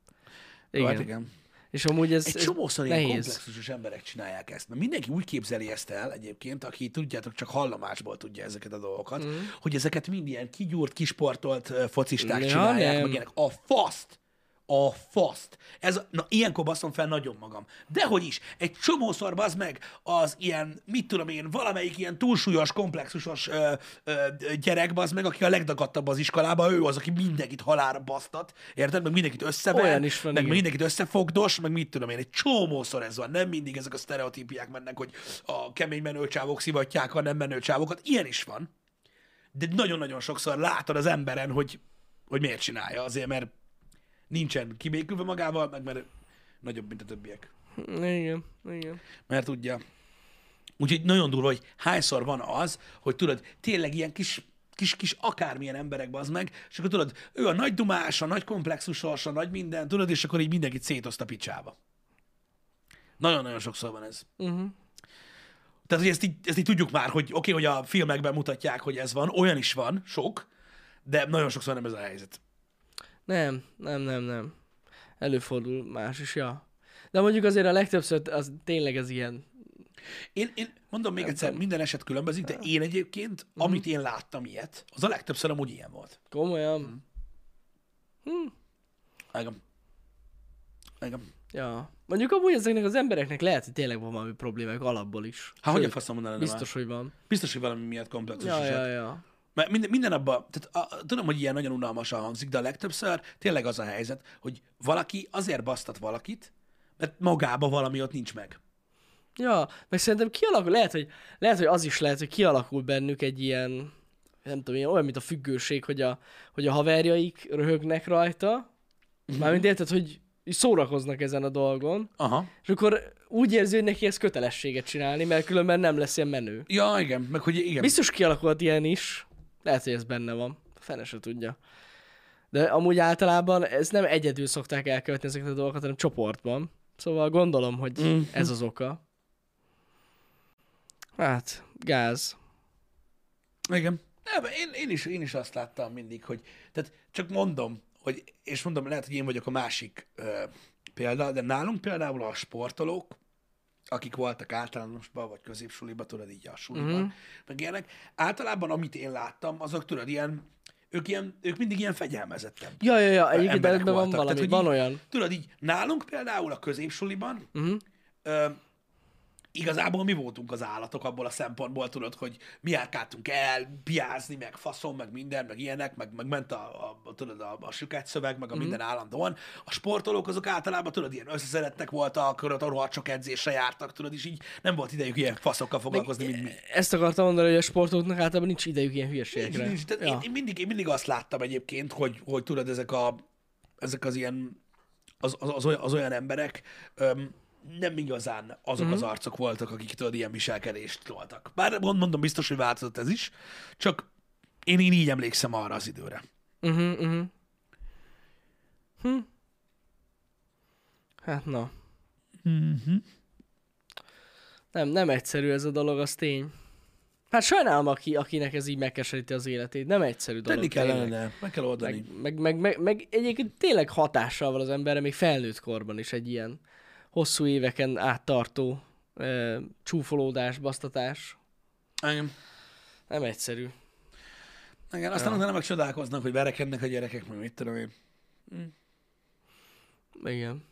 S1: Igen.
S2: Hát igen.
S1: És amúgy ez,
S2: Egy
S1: ez
S2: csomószor ilyen
S1: nehéz.
S2: komplexusos emberek csinálják ezt, mert mindenki úgy képzeli ezt el egyébként, aki tudjátok, csak hallomásból tudja ezeket a dolgokat, mm. hogy ezeket mind ilyen kigyúrt, kisportolt ö, focisták
S1: Ja,
S2: csinálják,
S1: nem.
S2: meg ilyenek. A faszt! A faszt! Ez, a- na, ilyenkor baszom fel nagyon magam. Dehogy is, egy csomószor bazd meg az ilyen, mit tudom én, valamelyik ilyen túlsúlyos, komplexusos ö, ö, ö, gyerek bazd meg, aki a legdagadtabb az iskolába, ő az, aki mindenkit halára basztat, érted? Meg mindenkit összever,
S1: Olyan is van,
S2: meg
S1: igen.
S2: mindenkit összefogdos, meg mit tudom én, egy csomószor ez van. Nem mindig ezek a sztereotípiák mennek, hogy a kemény menőcsávok szivatják a nem menőcsávokat. Ilyen is van. De nagyon-nagyon sokszor látod az emberen, hogy, hogy miért csinálja. Azért, mert nincsen kibékülve magával, meg mert nagyobb, mint a többiek.
S1: Igen, igen.
S2: Mert tudja. Úgyhogy nagyon durva, hogy hányszor van az, hogy tudod, tényleg ilyen kis kis, kis akármilyen emberekbe az meg, és akkor tudod, ő a nagy dumás, a nagy komplexusos, a nagy minden, tudod, és akkor így mindenkit szétoszt a picsába. Nagyon-nagyon sokszor van ez.
S1: Uh-huh.
S2: Tehát, hogy ezt így, ezt így tudjuk már, hogy oké, okay, hogy a filmekben mutatják, hogy ez van, olyan is van, sok, de nagyon sokszor nem ez a helyzet.
S1: Nem, nem, nem, nem. Előfordul más is, ja. De mondjuk azért a legtöbbször az tényleg ez ilyen.
S2: Én, én mondom még egyszer, minden eset különbözik, de én egyébként, amit én láttam ilyet, az a legtöbbször amúgy ilyen volt.
S1: Komolyan?
S2: Hmm. Igen. Igen.
S1: Ja. Mondjuk amúgy ezeknek az embereknek lehet, hogy tényleg van valami problémák alapból is.
S2: Hát hogy a
S1: Sőt,
S2: faszom mondanám Biztos.
S1: Biztos, hogy van.
S2: Biztos, hogy valami miatt komplexus
S1: Ja,
S2: is.
S1: ja,
S2: Ja.
S1: ja.
S2: Mert minden, minden abban, tehát a, a- tudom, hogy ilyen nagyon unalmasan hangzik, de a legtöbbször tényleg az a helyzet, hogy valaki azért basztat valakit, mert magába valami ott nincs meg.
S1: Ja, meg szerintem kialakul, lehet, hogy, lehet, hogy az is lehet, hogy kialakul bennük egy ilyen, nem tudom, ilyen, olyan, mint a függőség, hogy a, hogy a haverjaik röhögnek rajta,
S2: Mhm.
S1: mármint érted, hogy így szórakoznak ezen a dolgon,
S2: Aha.
S1: és akkor úgy érzi, hogy neki ez kötelességet csinálni, mert különben nem lesz ilyen menő.
S2: Ja, igen, meg hogy igen.
S1: Biztos kialakult ilyen is, lehet, hogy ez benne van, a fene se tudja. De amúgy általában ez nem egyedül szokták elkövetni ezeket a dolgokat, hanem csoportban. Szóval gondolom, hogy
S2: Mhm.
S1: ez az oka. Hát, gáz.
S2: Igen. Nem, én, én, is, én is azt láttam mindig, hogy, tehát csak mondom, hogy, és mondom, lehet, hogy én vagyok a másik ö, példa, de nálunk például a sportolók, akik voltak általánosban, vagy középsuliban, tudod így a suliban, uh-huh. meg ilyenek, általában amit én láttam, azok tudod, ilyen, ők, ilyen, ők mindig ilyen fegyelmezettem.
S1: Ja, ja, ja, egyébként
S2: emberek
S1: ebben van
S2: voltak.
S1: valami,
S2: Tehát,
S1: van
S2: hogy így-
S1: olyan.
S2: Tudod, így nálunk például a középsuliban
S1: Mhm.
S2: ö, igazából mi voltunk az állatok abból a szempontból, tudod, hogy mi járkáltunk el, piázni, meg faszom, meg minden, meg ilyenek, meg, meg ment a, a, a, tudod, a, a süket szöveg, meg a
S1: Mhm.
S2: minden állandóan. A sportolók azok általában, tudod, ilyen összeszerettek voltak, tudod, arról csak edzésre jártak, tudod, és így nem volt idejük ilyen faszokkal foglalkozni, mint mi.
S1: Ezt akartam mondani, hogy a sportoknak általában nincs idejük ilyen hülyeségekre.
S2: Nincs, nincs. Tehát én,
S1: Ja.
S2: én, mindig, én mindig azt láttam egyébként, hogy, hogy tudod, ezek, a, ezek az ilyen, az, az, az, olyan, az olyan emberek öm, nem igazán azok
S1: Mhm.
S2: az arcok voltak, akik tudod, ilyen viselkedést toltak. Bár mond- mondom, biztos, hogy változott ez is, csak én, én így emlékszem arra az időre.
S1: Uh-huh, uh-huh. Hm. Hát na. Uh-huh.
S2: Uh-huh.
S1: Nem, nem egyszerű ez a dolog, az tény. Hát sajnálom, aki, akinek ez így megkeseríti az életét. Nem egyszerű dolog.
S2: Tenni kellene,
S1: tényleg.
S2: ne. meg kell oldani.
S1: Meg, meg, meg, meg, meg egyébként tényleg hatással van az emberre, még felnőtt korban is egy ilyen hosszú éveken áttartó ö, csúfolódás, basztatás.
S2: Engem.
S1: Nem egyszerű.
S2: Engem. Aztán utána meg csodálkoznak, hogy verekednek a gyerekek, meg mit tudom én.
S1: Igen.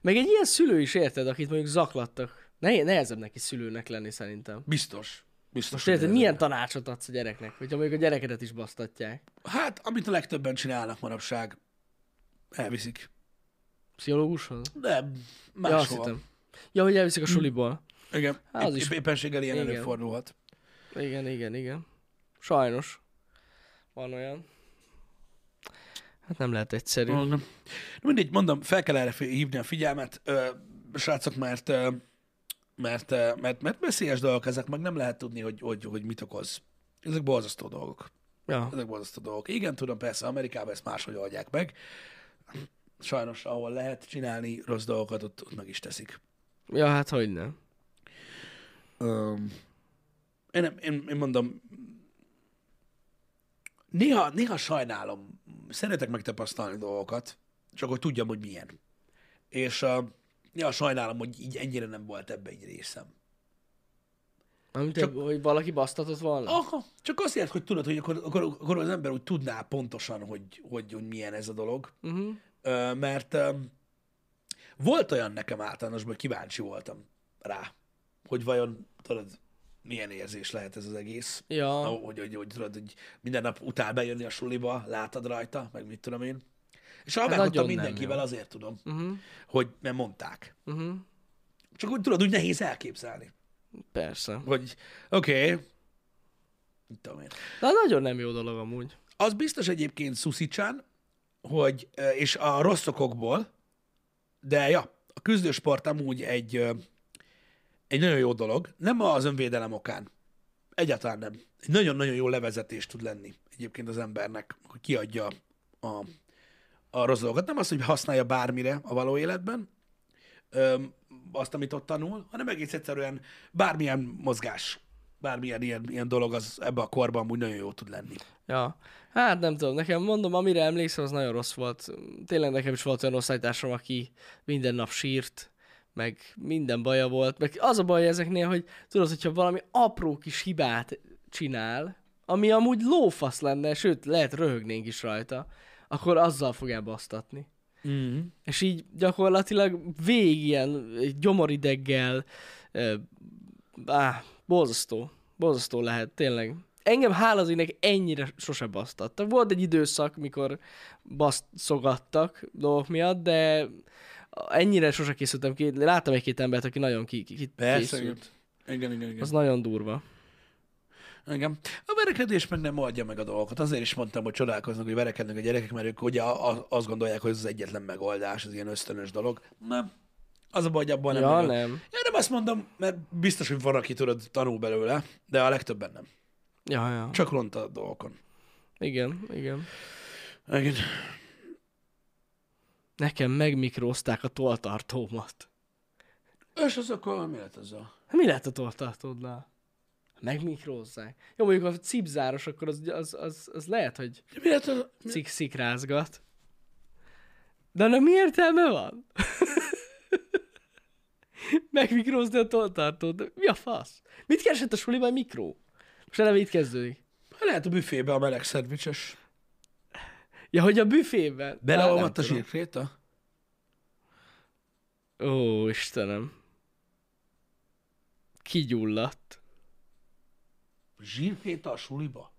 S1: Meg egy ilyen szülő is érted, akit mondjuk zaklattak Ne, nehezebb neki szülőnek lenni szerintem.
S2: Biztos. Biztos.
S1: Most
S2: hogy
S1: érted,
S2: ez-
S1: milyen tanácsot adsz a gyereknek, hogyha mondjuk a gyerekedet is basztatják?
S2: Hát, amit a legtöbben csinálnak manapság, elviszik.
S1: Pszichológushoz? Ja,
S2: Nem,
S1: azt
S2: máshova. Hm.
S1: hittem. Ja, hogy elviszik a suliból.
S2: Igen.
S1: Hát, az
S2: Épp-
S1: is-
S2: Éppenséggel ilyen
S1: Igen.
S2: előfordulhat.
S1: Igen, igen, igen. Sajnos. Van olyan. Hát nem lehet egyszerű.
S2: Na mindegy, mondom, fel kell erre fi- hívni a figyelmet, ö, srácok, mert, ö, mert, ö, mert, mert veszélyes dolgok ezek, meg nem lehet tudni, hogy, hogy, hogy mit okoz. Ezek borzasztó dolgok.
S1: Ja.
S2: Ezek borzasztó dolgok. Igen, tudom, persze, Amerikában ezt máshogy oldják meg. Sajnos, ahol lehet csinálni rossz dolgokat, ott, ott meg is teszik.
S1: ja, hát hogy nem.
S2: Um, én, nem- én, én mondom, néha, néha sajnálom, szeretek megtapasztalni dolgokat, csak hogy tudjam, hogy milyen. És uh, néha sajnálom, hogy így ennyire nem volt ebben egy részem.
S1: Amit
S2: Csak-
S1: Csak... hogy valaki basztatott volna?
S2: Aha, csak azért, hogy tudod, hogy akkor, akkor, akkor az ember úgy tudná pontosan, hogy, hogy, hogy milyen ez a dolog.
S1: Uh-huh.
S2: Ö, mert ö, volt olyan nekem általánosban, hogy kíváncsi voltam rá, hogy vajon, tudod, milyen érzés lehet ez az egész.
S1: Ja.
S2: Ah, Hogy, hogy, hogy, tudod, hogy minden nap után bejönni a suliba, látod rajta, meg mit tudom én. És ha
S1: Hát nagyon
S2: megadtam
S1: nem
S2: mindenkivel,
S1: jó.
S2: azért tudom,
S1: Uh-huh.
S2: hogy nem mondták.
S1: Uh-huh.
S2: Csak úgy tudod, úgy nehéz elképzelni,
S1: Persze.
S2: hogy oké, okay, mit tudom én.
S1: De nagyon nem jó dolog amúgy.
S2: Az biztos egyébként Szuszicsán, hogy, ö, és a rosszokokból, de ja, a küzdősport amúgy egy, ö, egy nagyon jó dolog. Nem az önvédelem okán. Egyáltalán nem. Egy nagyon-nagyon jó levezetés tud lenni egyébként az embernek, hogy kiadja a, a rossz dolgokat. Nem az, hogy használja bármire a való életben, öm, azt, amit ott tanul, hanem egész egyszerűen bármilyen mozgás, bármilyen ilyen, ilyen dolog az ebbe a korban amúgy nagyon jó tud lenni.
S1: Ja. Hát nem tudom, nekem mondom, amire emlékszem, az nagyon rossz volt. Tényleg nekem is volt olyan osztálytársam, aki minden nap sírt, meg minden baja volt. Meg az a baj ezeknél, hogy tudod, hogyha valami apró kis hibát csinál, ami amúgy lófasz lenne, sőt, lehet röhögnénk is rajta, akkor azzal fog elbasztatni.
S2: Mm-hmm.
S1: És így gyakorlatilag végig ilyen gyomorideggel, ö, á, borzasztó, borzasztó lehet, tényleg. Engem hála az ének ennyire sose basztattak. Volt egy időszak, mikor basztogattak dolgok miatt, de ennyire sose készültem ki. Láttam egy-két embert, aki nagyon ki, ki, ki
S2: Persze,
S1: készült.
S2: Igen, igen, igen.
S1: Az nagyon durva.
S2: igen. A verekedés meg nem oldja meg a dolgokat. Azért is mondtam, hogy csodálkoznak, hogy verekednek a gyerekek, mert ők ugye a- a- azt gondolják, hogy ez az egyetlen megoldás, az ilyen ösztönös dolog. Nem. Az a baj, hogy abban nem.
S1: ja,
S2: nagyon-
S1: nem.
S2: Én nem azt mondom, mert biztos, hogy van, aki tudod, tanul belőle, de a legtöbben nem.
S1: Ja, ja.
S2: Csak ront a dolgokon.
S1: Igen, igen.
S2: Igen.
S1: Nekem megmikrozták a toltartómat.
S2: És az akkor mi lett az a...
S1: Hát Mi lehet a toltartódnál? Megmikrózzák. Jó, mondjuk a cipzáros, akkor az, az, az, az lehet, hogy
S2: Mi lett az... Mi...
S1: cik szikrázgat. De annak mi értelme van? Megmikrózni a toltartót. De Mi a fasz? Mit keresett a suliban egy mikró? Most eleve itt kezdődik.
S2: Lehet a büfébe a meleg szendvicses.
S1: Ja, hogy a büfében. Hát
S2: Beleolvadt a
S1: nem tudom.
S2: zsírkréta?
S1: Ó, Istenem. Kigyulladt.
S2: Zsírkréta a suliba?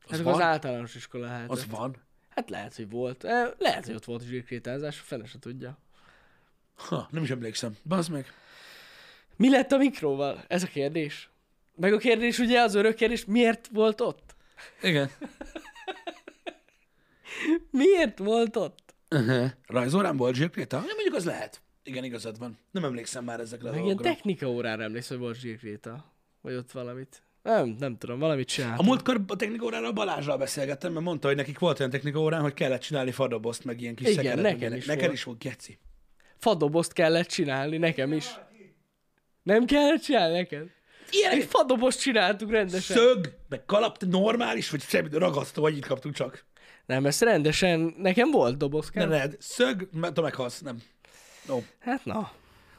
S1: Hát
S2: Az
S1: akkor az
S2: van?
S1: általános iskola hát.
S2: Az van?
S1: Hát lehet, hogy volt. Eh, Lehet, hogy ott volt zsírkrétázás, a fene se tudja.
S2: Ha, nem is emlékszem. Bazd meg.
S1: Mi lett a mikróval? Ez a kérdés. Meg a kérdés ugye az örök kérdés, miért volt ott?
S2: Igen.
S1: Miért volt ott?
S2: Uh-huh. Rajzórán volt zsírkréta? Ja, mondjuk az lehet. Igen, igazad van. Nem emlékszem már ezekre a
S1: Meg ilyen
S2: dolgokra.
S1: technika órára emlékszem, hogy volt zsírkréta. Vagy ott valamit. Nem, nem tudom, valamit csinált.
S2: A múltkor a technikórára a Balázsral beszélgettem, mert mondta, hogy nekik volt olyan technikórán, hogy kellett csinálni fadobozt, meg ilyen kis
S1: Igen,
S2: szekeret.
S1: nekem
S2: meg ilyenek.
S1: is
S2: neked
S1: volt.
S2: is volt, geci.
S1: Fadobozt kellett csinálni, nekem is. Nem kellett csinálni neked? Mi
S2: Ilyenek
S1: fadobozt csináltuk rendesen.
S2: szög, meg kalap, te normális, vagy semmi ragasztó, vagy itt kaptunk csak.
S1: Nem, ezt rendesen, nekem volt doboz
S2: Nem
S1: kell.
S2: lehet. Szög, mert te meghalsz, nem. No.
S1: Hát na.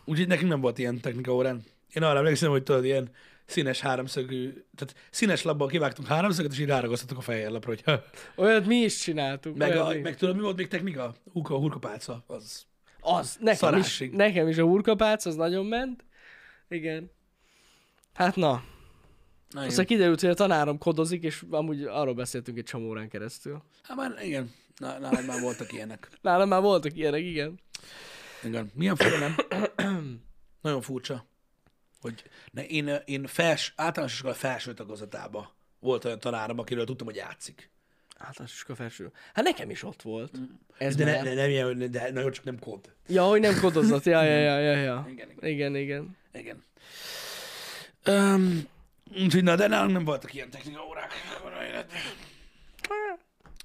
S2: Úgyhogy nekünk nem volt ilyen technikaórán. Én arra emlékszem, hogy tudod, ilyen színes háromszögű, tehát színes labból kivágtunk háromszöget, és így ráragasztottuk a fehér lapra, hogy
S1: Olyat mi is csináltuk.
S2: Meg,
S1: olyat
S2: a,
S1: mi-
S2: meg tudod, mi volt még technika? Hurka, hurkapálca. Az.
S1: Az, nekem is,
S2: Szarásig.
S1: nekem is a hurkapác, az nagyon ment, Igen. Hát na,
S2: Na,
S1: aztán
S2: igen.
S1: kiderült, hogy a tanárom kodozik, és amúgy arról beszéltünk egy csomó órán keresztül.
S2: Hát már, igen. Na, nálad már voltak ilyenek.
S1: Nálam már voltak ilyenek, igen.
S2: Igen. Milyen fura, nem? Nagyon furcsa. Hogy ne, én, én fels, általános iskola felső tagozatába volt olyan tanárom, akiről tudtam, hogy játszik.
S1: Általános iskola felső. Hát nekem is ott volt.
S2: Mm.
S1: Ez
S2: De,
S1: de
S2: ne,
S1: már. Ne,
S2: ne, nem ilyen, hogy- de nagyon csak nem kód.
S1: Ja, hogy nem kodozott. Ja, ja, ja, ja, ja.
S2: Igen, igen.
S1: Igen, igen.
S2: Igen. Um, úgyhogy na, de nálunk nem voltak ilyen technika órák. Kurva életben.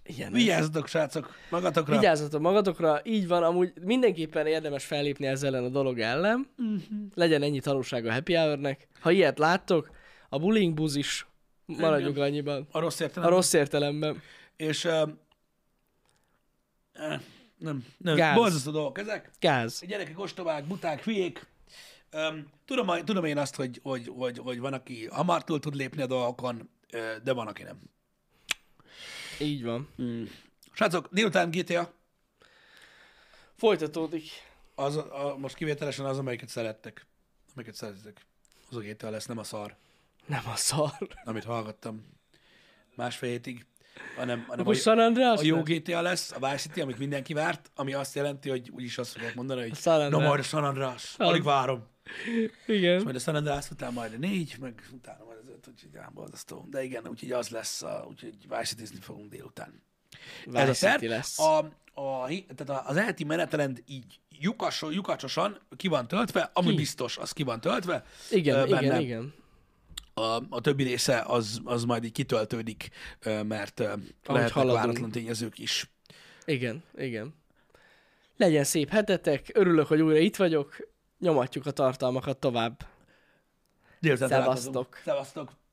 S1: Igen.
S2: Vigyázzatok, srácok, magatokra.
S1: Vigyázzatok magatokra, így van, amúgy mindenképpen érdemes fellépni ezzel ellen a dolog ellen.
S2: Mhm.
S1: Uh-huh. Legyen ennyi tanulsága a happy hournek. Ha ilyet láttok, a bullying buz is, maradjunk Igen. annyiban.
S2: A rossz
S1: A
S2: értelemben.
S1: rossz értelemben.
S2: És uh, nem, nem.
S1: Gáz.
S2: Borzasztó dolgok ezek.
S1: Gáz.
S2: A gyerekek ostobák, buták, hülyék. Um, tudom, tudom én azt, hogy, hogy, hogy, hogy van, aki hamar túl tud lépni a dolgokon, ö, de van, aki nem.
S1: Így van.
S2: Srácok, délután GTA,
S1: Folytatódik.
S2: az, a, most kivételesen az, amelyiket szerettek. Amelyiket szeretitek. Az a GTA lesz, nem a szar,
S1: Nem a szar.
S2: amit hallgattam másfél hétig, hanem, hanem
S1: Most San Andreas?
S2: A jó GTA lesz, a Vice City, amit mindenki várt, ami azt jelenti, hogy úgyis azt fogják mondani, hogy
S1: San
S2: na
S1: Andreas.
S2: majd a San Andreas, alig várom. És
S1: Igen.
S2: majd a San Andreas után majd a négy, meg utána majd az öt, úgyhogy ám borzasztó. De igen, úgyhogy az lesz, a, úgyhogy Vice City-zni fogunk délután.
S1: Vice
S2: Ez a terv.
S1: City lesz.
S2: A, a, hi- tehát a- az elti menetelend így lyukas, lyukacsosan ki van töltve, ami
S1: Ki?
S2: biztos, az ki van töltve.
S1: Igen,
S2: Ö,
S1: igen,
S2: benne
S1: igen.
S2: a, a többi része az, az majd így kitöltődik, ö, mert ö, lehetnek
S1: haladunk.
S2: váratlan tényezők is.
S1: Igen, igen. Legyen szép hetetek, örülök, hogy újra itt vagyok. Nyomatjuk a tartalmakat tovább.
S2: Délután
S1: Szevasztok.
S2: találkozunk. Szevasztok!